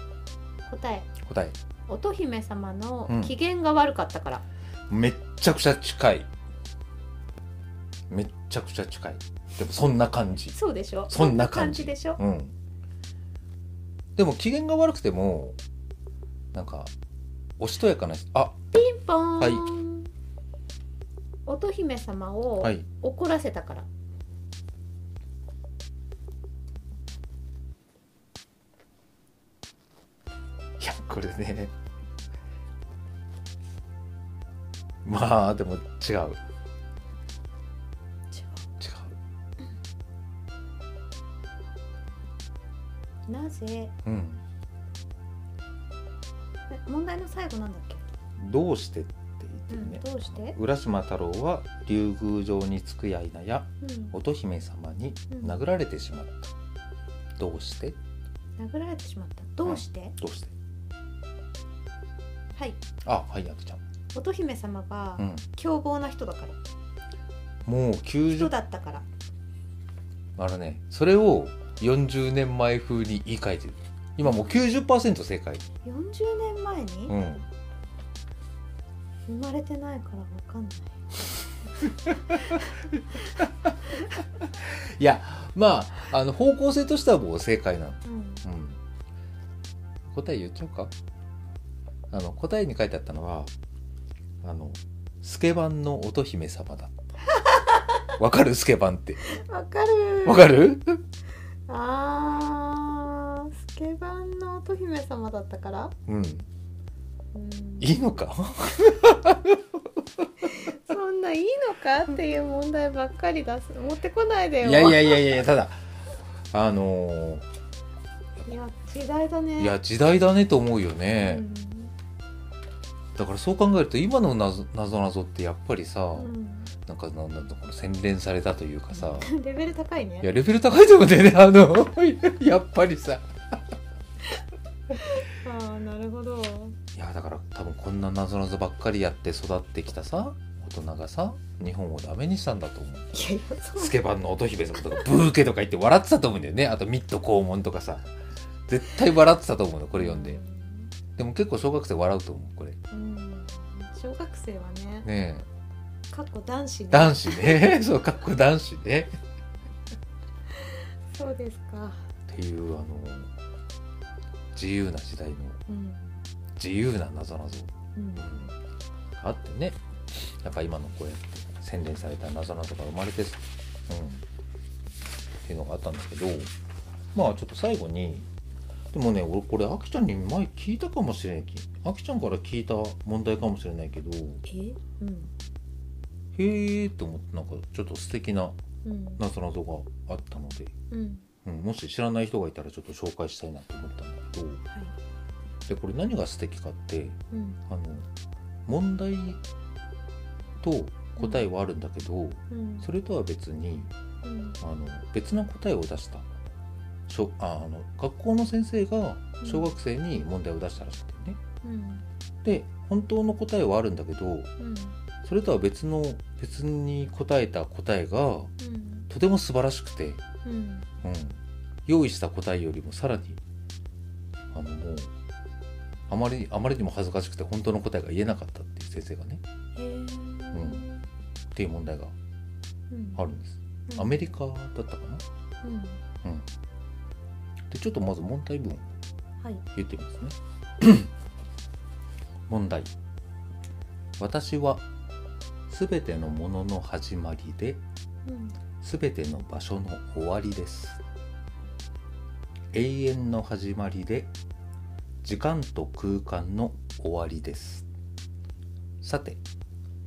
B: 答え
A: 答え
B: 乙姫様の
A: うん
B: 機嫌が悪かったから、
A: めっちゃくちゃ近いめっちゃくちゃ近いでもそんな感じ
B: そうでしょ
A: そんな感じ
B: そでしょ、
A: うんでも機嫌が悪くてもなんかおしとやかな人あ
B: ピンポーン、乙姫様を
A: はい
B: 怒らせたから、
A: いやこれねまあでも違う違う
B: 違うなぜ
A: うん
B: え問題の最後なんだっけ、
A: どうしてって
B: う
A: 言って
B: ん、
A: るね、
B: どうして、
A: 浦島太郎は竜宮城に着くや否や
B: うん、
A: 乙姫様に殴られてしまった、どうして
B: 殴られてしまったどうして、
A: どうして
B: はい
A: あはいあきちゃん
B: 乙姫様が
A: うん
B: 凶暴な人だから、
A: もう
B: 人
A: 90
B: だったから
A: あのねそれを40年前風に言い換えてる今もう90%正解、
B: 40年前に、
A: うん、
B: 生まれてないからわかんない
A: いやまああの方向性としてはもう正解なの、
B: うん
A: うん、答え言っちゃうかあの答えに書いてあったのはあのスケバンの乙姫様 だわかるスケバンって
B: わかる
A: わかる
B: あースケバンの乙姫様だったから、
A: うん
B: うん、
A: いいのか
B: そんないいのかっていう問題ばっかり出す持ってこないでよ
A: いやいやいやいやただあの
B: いや時代だね
A: いや時代だねと思うよね、
B: うん
A: だからそう考えると今のなぞなぞなぞってやっぱりさ、
B: うん
A: なんかなんだろうこの洗練されたというかさ、
B: レベル高いね
A: いやレベル高いと思うんだよねあの やっぱりさ
B: あーなるほど
A: いやだから多分こんななぞなぞばっかりやって育ってきたさ大人がさ日本をダメにしたんだと思う
B: いやいやそう
A: スケバンの乙姫様とかブーケとか言って笑ってたと思うんだよねあとミッド肛門とかさ絶対笑ってたと思うのこれ読んででも結構小学生笑うと思うこれ
B: うん小学生はね
A: ねえ
B: かっこ男子ね
A: 男子ね そうかっこ男子ね
B: そうですか
A: っていうあの自由な時代の
B: うん
A: 自由ななぞなぞ
B: うん
A: あってねやっぱ今のこうやって洗練された謎謎が生まれてす、うん、っていうのがあったんですけどまあちょっと最後にでもね俺これあきちゃんに前聞いたかもしれないきあきちゃんから聞いた問題かもしれないけど
B: えうん
A: へえと思ってなんかちょっと素敵な
B: うん
A: 謎謎があったので、
B: うん
A: うん、もし知らない人がいたらちょっと紹介したいなと思ったんだけど
B: はい
A: でこれ何が素敵かって
B: うん
A: あの問題と答えはあるんだけど、
B: うん
A: それとは別に
B: うん
A: あの別な答えを出したしょああの学校の先生が小学生に問題を出したらしくてね、
B: うん
A: で本当の答えはあるんだけど
B: うん
A: それとは別の別に答えた答えが
B: うん
A: とても素晴らしくて、うん、
B: うん
A: 用意した答えよりもさらにあのもうあまりあまりにも恥ずかしくて本当の答えが言えなかったっていう先生がね
B: へえ
A: んっていう問題が
B: うん
A: あるんです。
B: うん
A: アメリカだったかな
B: うん
A: でちょっとまず問題文を
B: はい
A: 言ってみますね 問題私はすべてのものの始まりで
B: うん
A: すべての場所の終わりです永遠の始まりで時間と空間の終わりですさて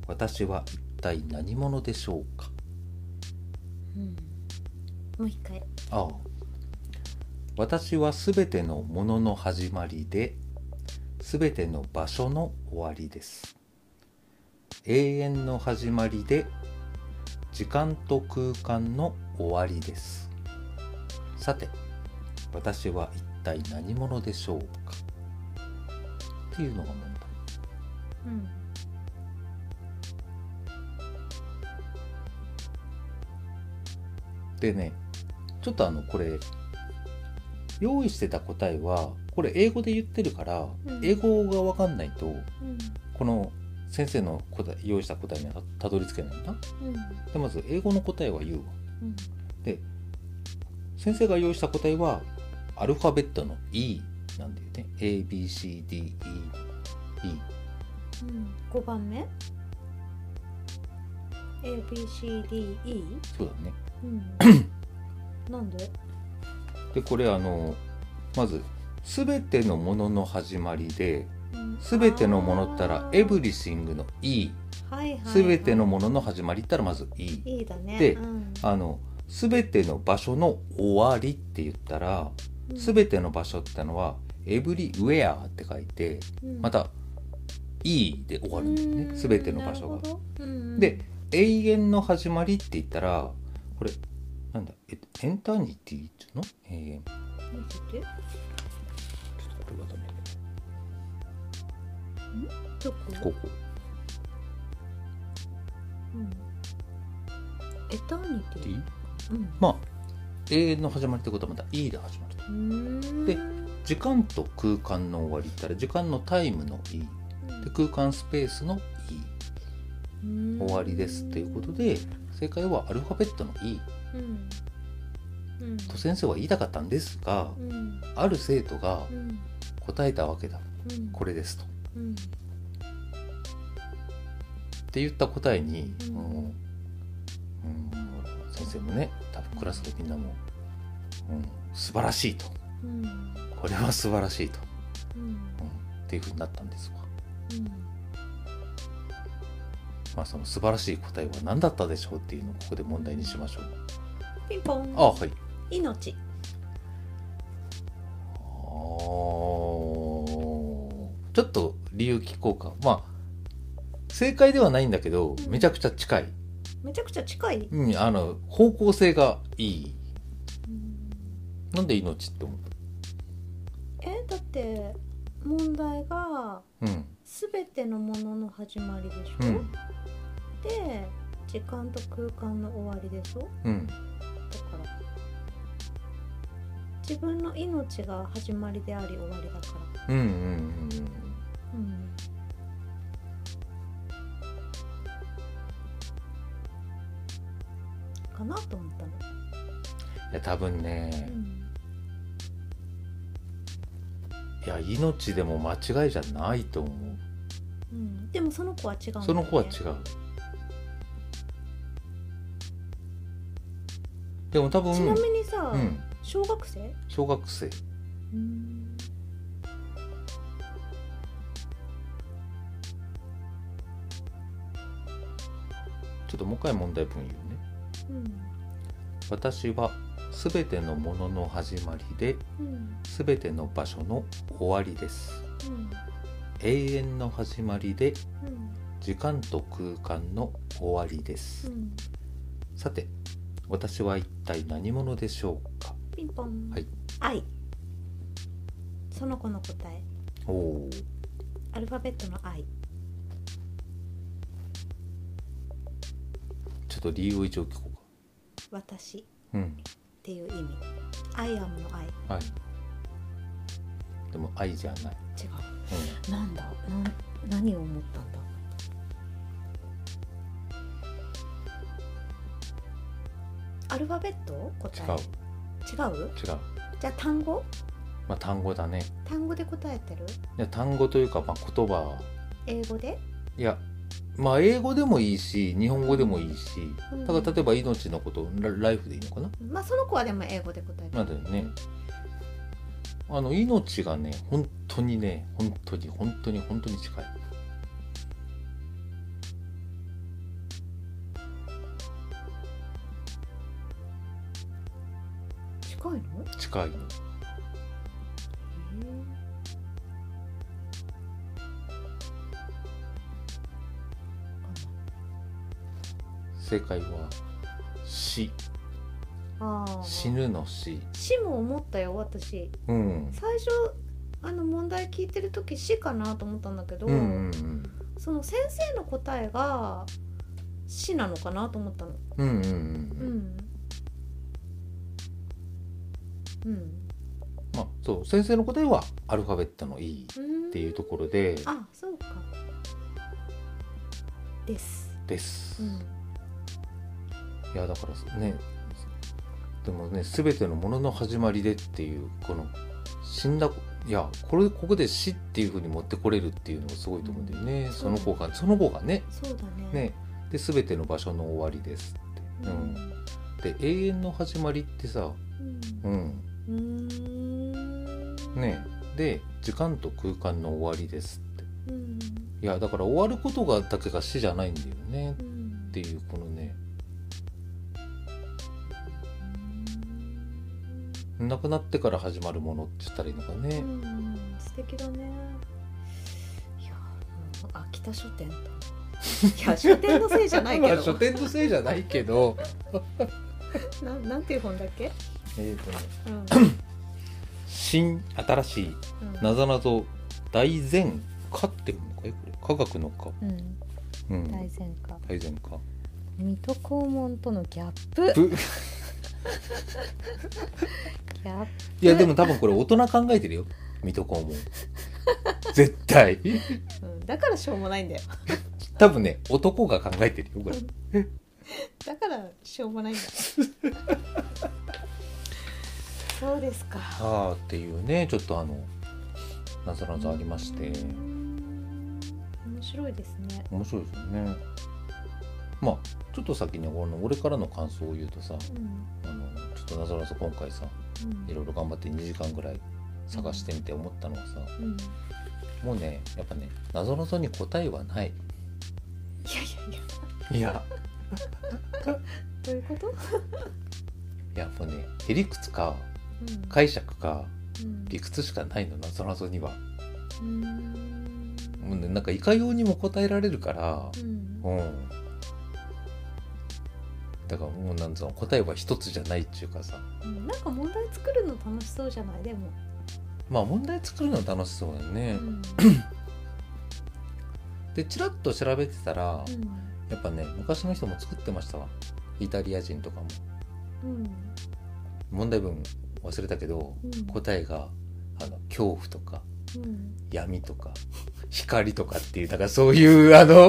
A: 私は一体何者でしょうか
B: うんもう一回
A: ああ私はすべてのものの始まりですべての場所の終わりです永遠の始まりで時間と空間の終わりですさて私は一体何者でしょうかっていうのが問題
B: うん
A: でねちょっとあのこれ用意してた答えはこれ英語で言ってるから、
B: うん
A: 英語が分かんないと
B: うん
A: この先生の答え用意した答えにはたたどり着けないんだ
B: うん
A: でまず英語の答えは言うわ
B: うん
A: 先生が用意した答えはアルファベットの E なんだよね ABCDE
B: うん五番目 ABCDE
A: そうだね
B: うん、なんで
A: でこれあのまず全てのものの始まりで全てのものったらエブリシングの E
B: はいはいはい
A: 全てのものの始まりったらまず E
B: いいだね
A: で
B: うん
A: あの全ての場所の終わりって言ったら
B: うん
A: 全ての場所ってのは「everywhere」って書いて
B: うん
A: また「e」で終わるんだよ
B: うー
A: ね
B: ん
A: 全ての場所
B: なる
A: が。
B: ほどうんうん
A: で「永遠の始まり」って言ったらこれなんだえっとエンターニティっていうの、えー、
B: 見せて
A: ちょっとこれがダメ
B: どこ
A: ここ
B: うんエターニティ
A: D
B: うん
A: まあ永遠の始まりってことはまた「e」で始まると。
B: うーん
A: で時間と空間の終わりったら時間のタイムの E で空間スペースの E
B: うん
A: 終わりですっていうことで正解はアルファベットの E
B: うんうん
A: と先生は言いたかったんですが
B: うん
A: ある生徒が
B: うん
A: 答えたわけだ
B: うん
A: これですと。っ
B: うん
A: て言った答えに、
B: うん
A: もううん先生もね多分クラスのみんなも、うん、素晴らしいと
B: うん
A: これは素晴らしいと、
B: うん
A: うん、っていうふうになったんですわ。
B: うん
A: まあ、その素晴らしい答えは何だったでしょうっていうのをここで問題にしましょう。
B: ピンポン
A: あはい。あ
B: 命
A: ーちょっと理由聞こうか。まあ正解ではないんだけど
B: うん
A: めちゃくちゃ近い。
B: めちゃくちゃ近い、
A: うん、あの方向性がいい。
B: うん
A: なんで命って思っ
B: えだって問題が
A: た。うん
B: 全てのものの始まりでし
A: う
B: ょ、
A: ん
B: で時間と空間の終わりでしょだ
A: うん
B: から自分の命が始まりであり終わりだか
A: うんうんうん
B: ら、うん、かなと思ったの、
A: いや多分ね
B: う、ん
A: いや命でも間違いじゃないと思う。
B: うん、でもその子は違うんだよね
A: その子は違う。でも多分
B: ちなみにさ、
A: うん、
B: 小学生
A: 小学生
B: うん
A: ちょっともう一回問題文言うね
B: うん
A: 私は全てのものの始まりで
B: うん
A: 全ての場所の終わりです
B: うん
A: 永遠の始まりで
B: うん
A: 時間と空間の終わりで
B: う
A: す、
B: ん
A: さて私は一体何者でしょうか
B: ピンポン。
A: はい。
B: 愛。その子の答え。
A: おおー
B: アルファベットの愛。
A: ちょっと理由を一応聞こうか
B: 私っ
A: うん
B: ていう意味。アイアムの愛。違
A: はいでも愛じゃない、
B: う。なんだ。なん何を思ったんだ。アルファベット答え
A: うん、違う
B: 違う
A: 違う
B: じゃあ単語
A: まあ単語だね
B: 単語で答えてる
A: いや単語というか、まあ、言葉
B: 英語で
A: いやまあ英語でもいいし日本語でもいいし、
B: うん
A: だから例えば命のことラライフでいいのかな
B: まあその子はでも英語で答えて
A: な
B: る
A: んだよねあの命がね本当にね本当に本当に本当に近い
B: 近いの
A: 近いの正解は死
B: あー
A: 死ぬの死
B: 死も思ったよ私
A: うん
B: 最初あの問題聞いてる時死かなと思ったんだけど、
A: うんうんうん
B: その先生の答えが死なのかなと思ったの
A: うんうんう
B: うんんうん
A: まあそう先生の答えはアルファベットの E
B: うん
A: っていうところで
B: あそうかです、
A: です、
B: うん
A: いやだからそねでもね全てのものの始まりでっていうこの死んだいやこれここで死っていうふうに持ってこれるっていうのがすごいと思うんだよね、その子がその子がね
B: そうだね
A: ねで全ての場所の終わりですって、うんで永遠の始まりってさ、
B: うん
A: うん、
B: うん
A: ねで時間と空間の終わりですって
B: うん
A: いやだから終わることがだけが死じゃないんだよね
B: うん
A: っていうこのね亡くなってから始まるものって言ったらいいのかね、
B: うん素敵だねいやもう秋田書 店といや書店のせいじゃないけ
A: まあ書
B: ど
A: 店のせいじゃないけど
B: ななんていう本だっけ、
A: えーとね
B: うん
A: 新新しいなぞなぞ大善科って読むのかいこれ科学の科、
B: うんうん、
A: うん、
B: 大善か
A: 大善科
B: 水戸黄門とのギャップ
A: ぶ
B: ギやっ
A: いやでも多分これ大人考えてるよ水戸黄門 絶対
B: うんだからしょうもないんだよ
A: 多分ね男が考えてるよこれ
B: だからしょうも ないんだそうですか
A: ああっていうねちょっとあのなぞなぞありまして
B: 面白いですね
A: 面白いですよねまあちょっと先に俺の俺からの感想を言うとさ
B: うん
A: あのちょっとなぞなぞ今回さ
B: うん
A: いろいろ頑張って2時間ぐらい探してみて思ったのはさ
B: うんい
A: もうねやっぱねなぞなぞに答えはない
B: やいや
A: い
B: いや
A: や
B: どういうこと、
A: いやもうねへりくつか
B: うん
A: 解釈か
B: うん
A: 理屈しかないのなぞなぞには
B: うん
A: もうねなんかいかようにも答えられるから
B: うん
A: うんだからもうなんつうの答えは一つじゃないっていうかさ
B: うんなんか問題作るの楽しそうじゃないでも、
A: まあ問題作るの楽しそうだよ
B: う
A: ね、
B: ん
A: でちらっと調べてたら、
B: う
A: やっぱね昔の人も作ってましたわイタリア人とかも
B: んうん
A: 問題文忘れたけど
B: うん
A: 答えがあの恐怖とか
B: うん
A: 闇とか 光とかっていうなんかそういうあの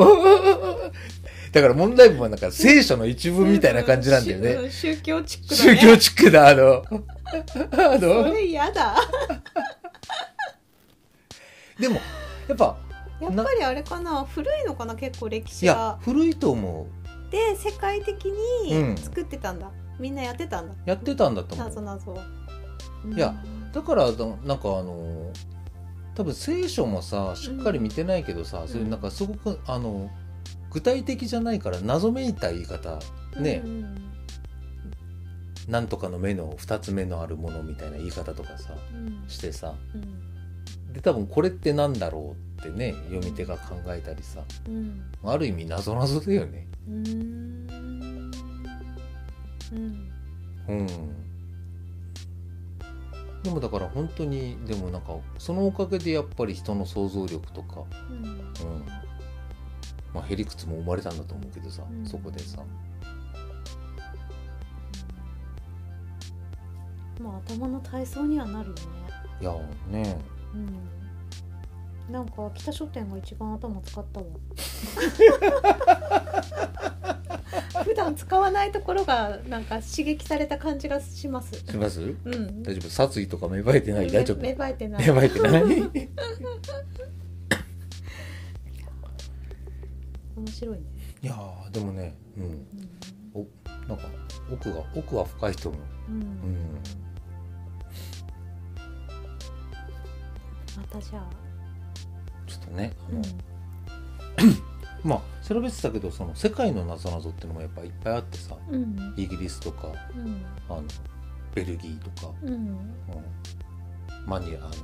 A: だから問題文はなんか聖書の一文みたいな感じなんだよね
B: う宗教チックだ
A: 宗
B: ね
A: 教チックだあ のあ
B: そ
A: の
B: れ嫌だ
A: でもやっぱ
B: やっぱりあれかな古いのかな結構歴
A: い
B: 史
A: や
B: が
A: 古いと思う
B: で世界的
A: うん
B: に作ってたんだ、みんなやってたんだ
A: やってたんだと思
B: なぞ
A: う
B: なぞを
A: いやだからだなんかあの多分聖書もさしっかり見てないけどさ、
B: ん
A: それなんかすごくあの具体的じゃないから謎めいた言い方
B: うん
A: ね
B: うん
A: なんとかの目の2つ目のあるものみたいな言い方とかさ
B: うん
A: してさ
B: うん
A: で多分これってなんだろうってね読み手が考えたりさ
B: うん
A: ある意味謎謎だよね
B: うーんうん
A: うんでもだから本当にでもなんかそのおかげでやっぱり人の想像力とか
B: うん
A: うんまあへりくつも生まれたんだと思うけどさ、
B: うん
A: そこでさ
B: まあ頭の体操にはなるよね
A: いやね
B: うんなんか北書店が一番頭 使ったわ普段使わないところがなんか刺激された感じがします
A: します
B: うん
A: 大丈夫殺意とか芽生えてない大丈夫
B: 芽
A: 芽
B: 生えてない
A: 生えてない
B: 面白いね、
A: いやーでもねうんなんか奥が奥は深い人も
B: うん
A: う
B: うん
A: ん
B: またじゃあ、
A: ちょっとねあ
B: う
A: の、
B: ん
A: まあ調べてたけどその世界の謎謎ってのもやっぱいっぱいあってさ
B: うん
A: イギリスとか
B: うん
A: あのベルギーとか、
B: うん
A: うん、マニラあのなんか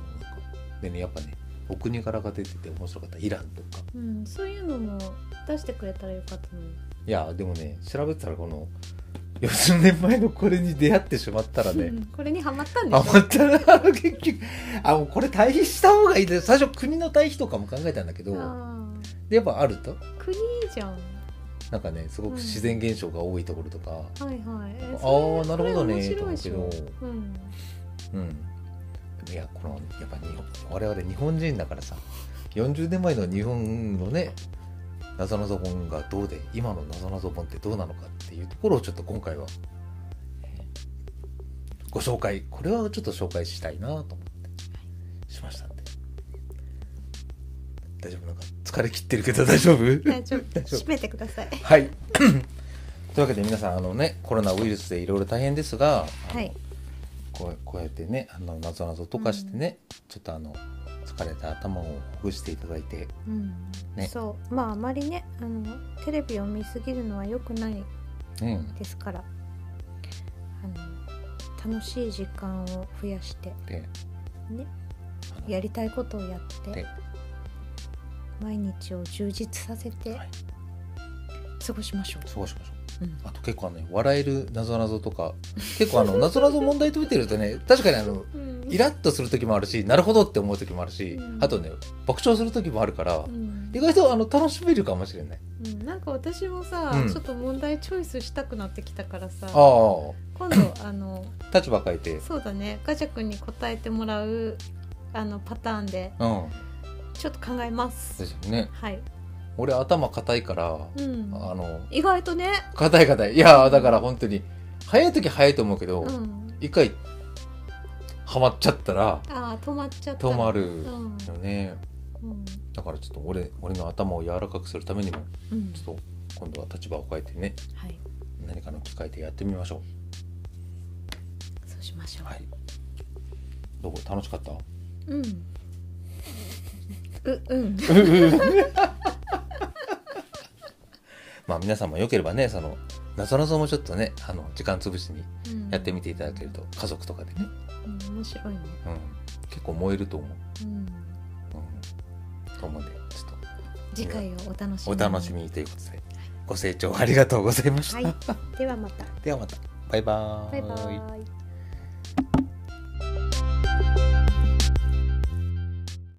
A: でねやっぱねお国柄が出てて面白かったイランとか
B: うん、そういうのも出してくれたらよかったのに
A: いやでもね調べてたらこの40年前のこれに出会ってしまったら
B: う
A: ね
B: んこれにはまったんで
A: あ
B: し
A: またな結局あもうこれ退避した方がいいで最初国の退避とかも考えたんだけど
B: ょあ
A: でやっぱあると
B: ー国いいじゃんは
A: なんかねすごく自然現象が多いところとか、
B: いはいえ
A: あ
B: そ
A: あ
B: れ
A: なるほどね
B: それ
A: と思
B: 面
A: うけ
B: 白
A: ど
B: いでしょ、うん、
A: うん、でもいやこのやっぱ日本我々日本人だからさ40年前の日本のねなぞなぞ本がどうで今のなぞなぞ本ってどうなのかっていうところをちょっと今回はご紹介これはちょっと紹介したいなと思ってしましたんで大丈夫なんか疲れ切ってるけど 大丈夫
B: 大丈夫
A: 大丈夫
B: 閉めてください
A: はい というわけで皆さんあのねコロナウイルスでいろいろ大変ですが、あの
B: はい
A: こうこうやってねあのなぞなぞとかしてね、ちょっとあの疲れた頭をほぐしていただいて
B: うん
A: ね
B: そうまああまりねあのテレビを見すぎるのは良くない
A: うん
B: ですからあの楽しい時間を増やして
A: で
B: ね
A: あの
B: やりたいことをやって
A: で
B: 毎日を充実させて
A: はい
B: 過ごしましょう、
A: そうしましょう、
B: うん
A: あと結構あのね笑えるなぞなぞとか結構あのなぞなぞ問題解いてるとね確かにあのイラッとする時もあるしなるほどって思う時もあるし、
B: うん
A: あとね爆笑する時もあるから、
B: うん
A: 意外とあの楽しめるかもしれない
B: うん、なんか私もさ、
A: うん
B: ちょっと問題チョイスしたくなってきたからさ
A: あ
B: 今度あの
A: あ立場変えて
B: そうだねガチャ君に答えてもらうあのパターンで
A: うん
B: ちょっと考えます
A: ですよね
B: はい、
A: 俺頭硬いから、
B: うん、
A: あの
B: 意外とね、
A: 硬い硬いいやだから本当に早い時早いと思うけど、
B: うん、
A: 一回ハマっちゃったら
B: あー止まっちゃった
A: 止まる
B: うん
A: よね、
B: うん
A: だからちょっと俺俺の頭を柔らかくするためにも
B: うん
A: ちょっと今度は立場を変えてね
B: はい
A: 何かの機会でやってみましょ
B: そうしましょ
A: う
B: う、
A: はいどう楽しか った
B: うんううん
A: まあ皆さんもよければねそのなぞなぞもちょっとねあの時間つぶしにやってみていただけると家族とかでね、
B: うん、うん面白いね
A: うん、結構燃えると思う、
B: うん
A: うん、と思うんでちょっ
B: 次回をお楽し
A: とお
B: みに
A: 楽しみにということでご清聴ありがとうございました、
B: はいではまた
A: ではまたバイバー
B: バイバーイ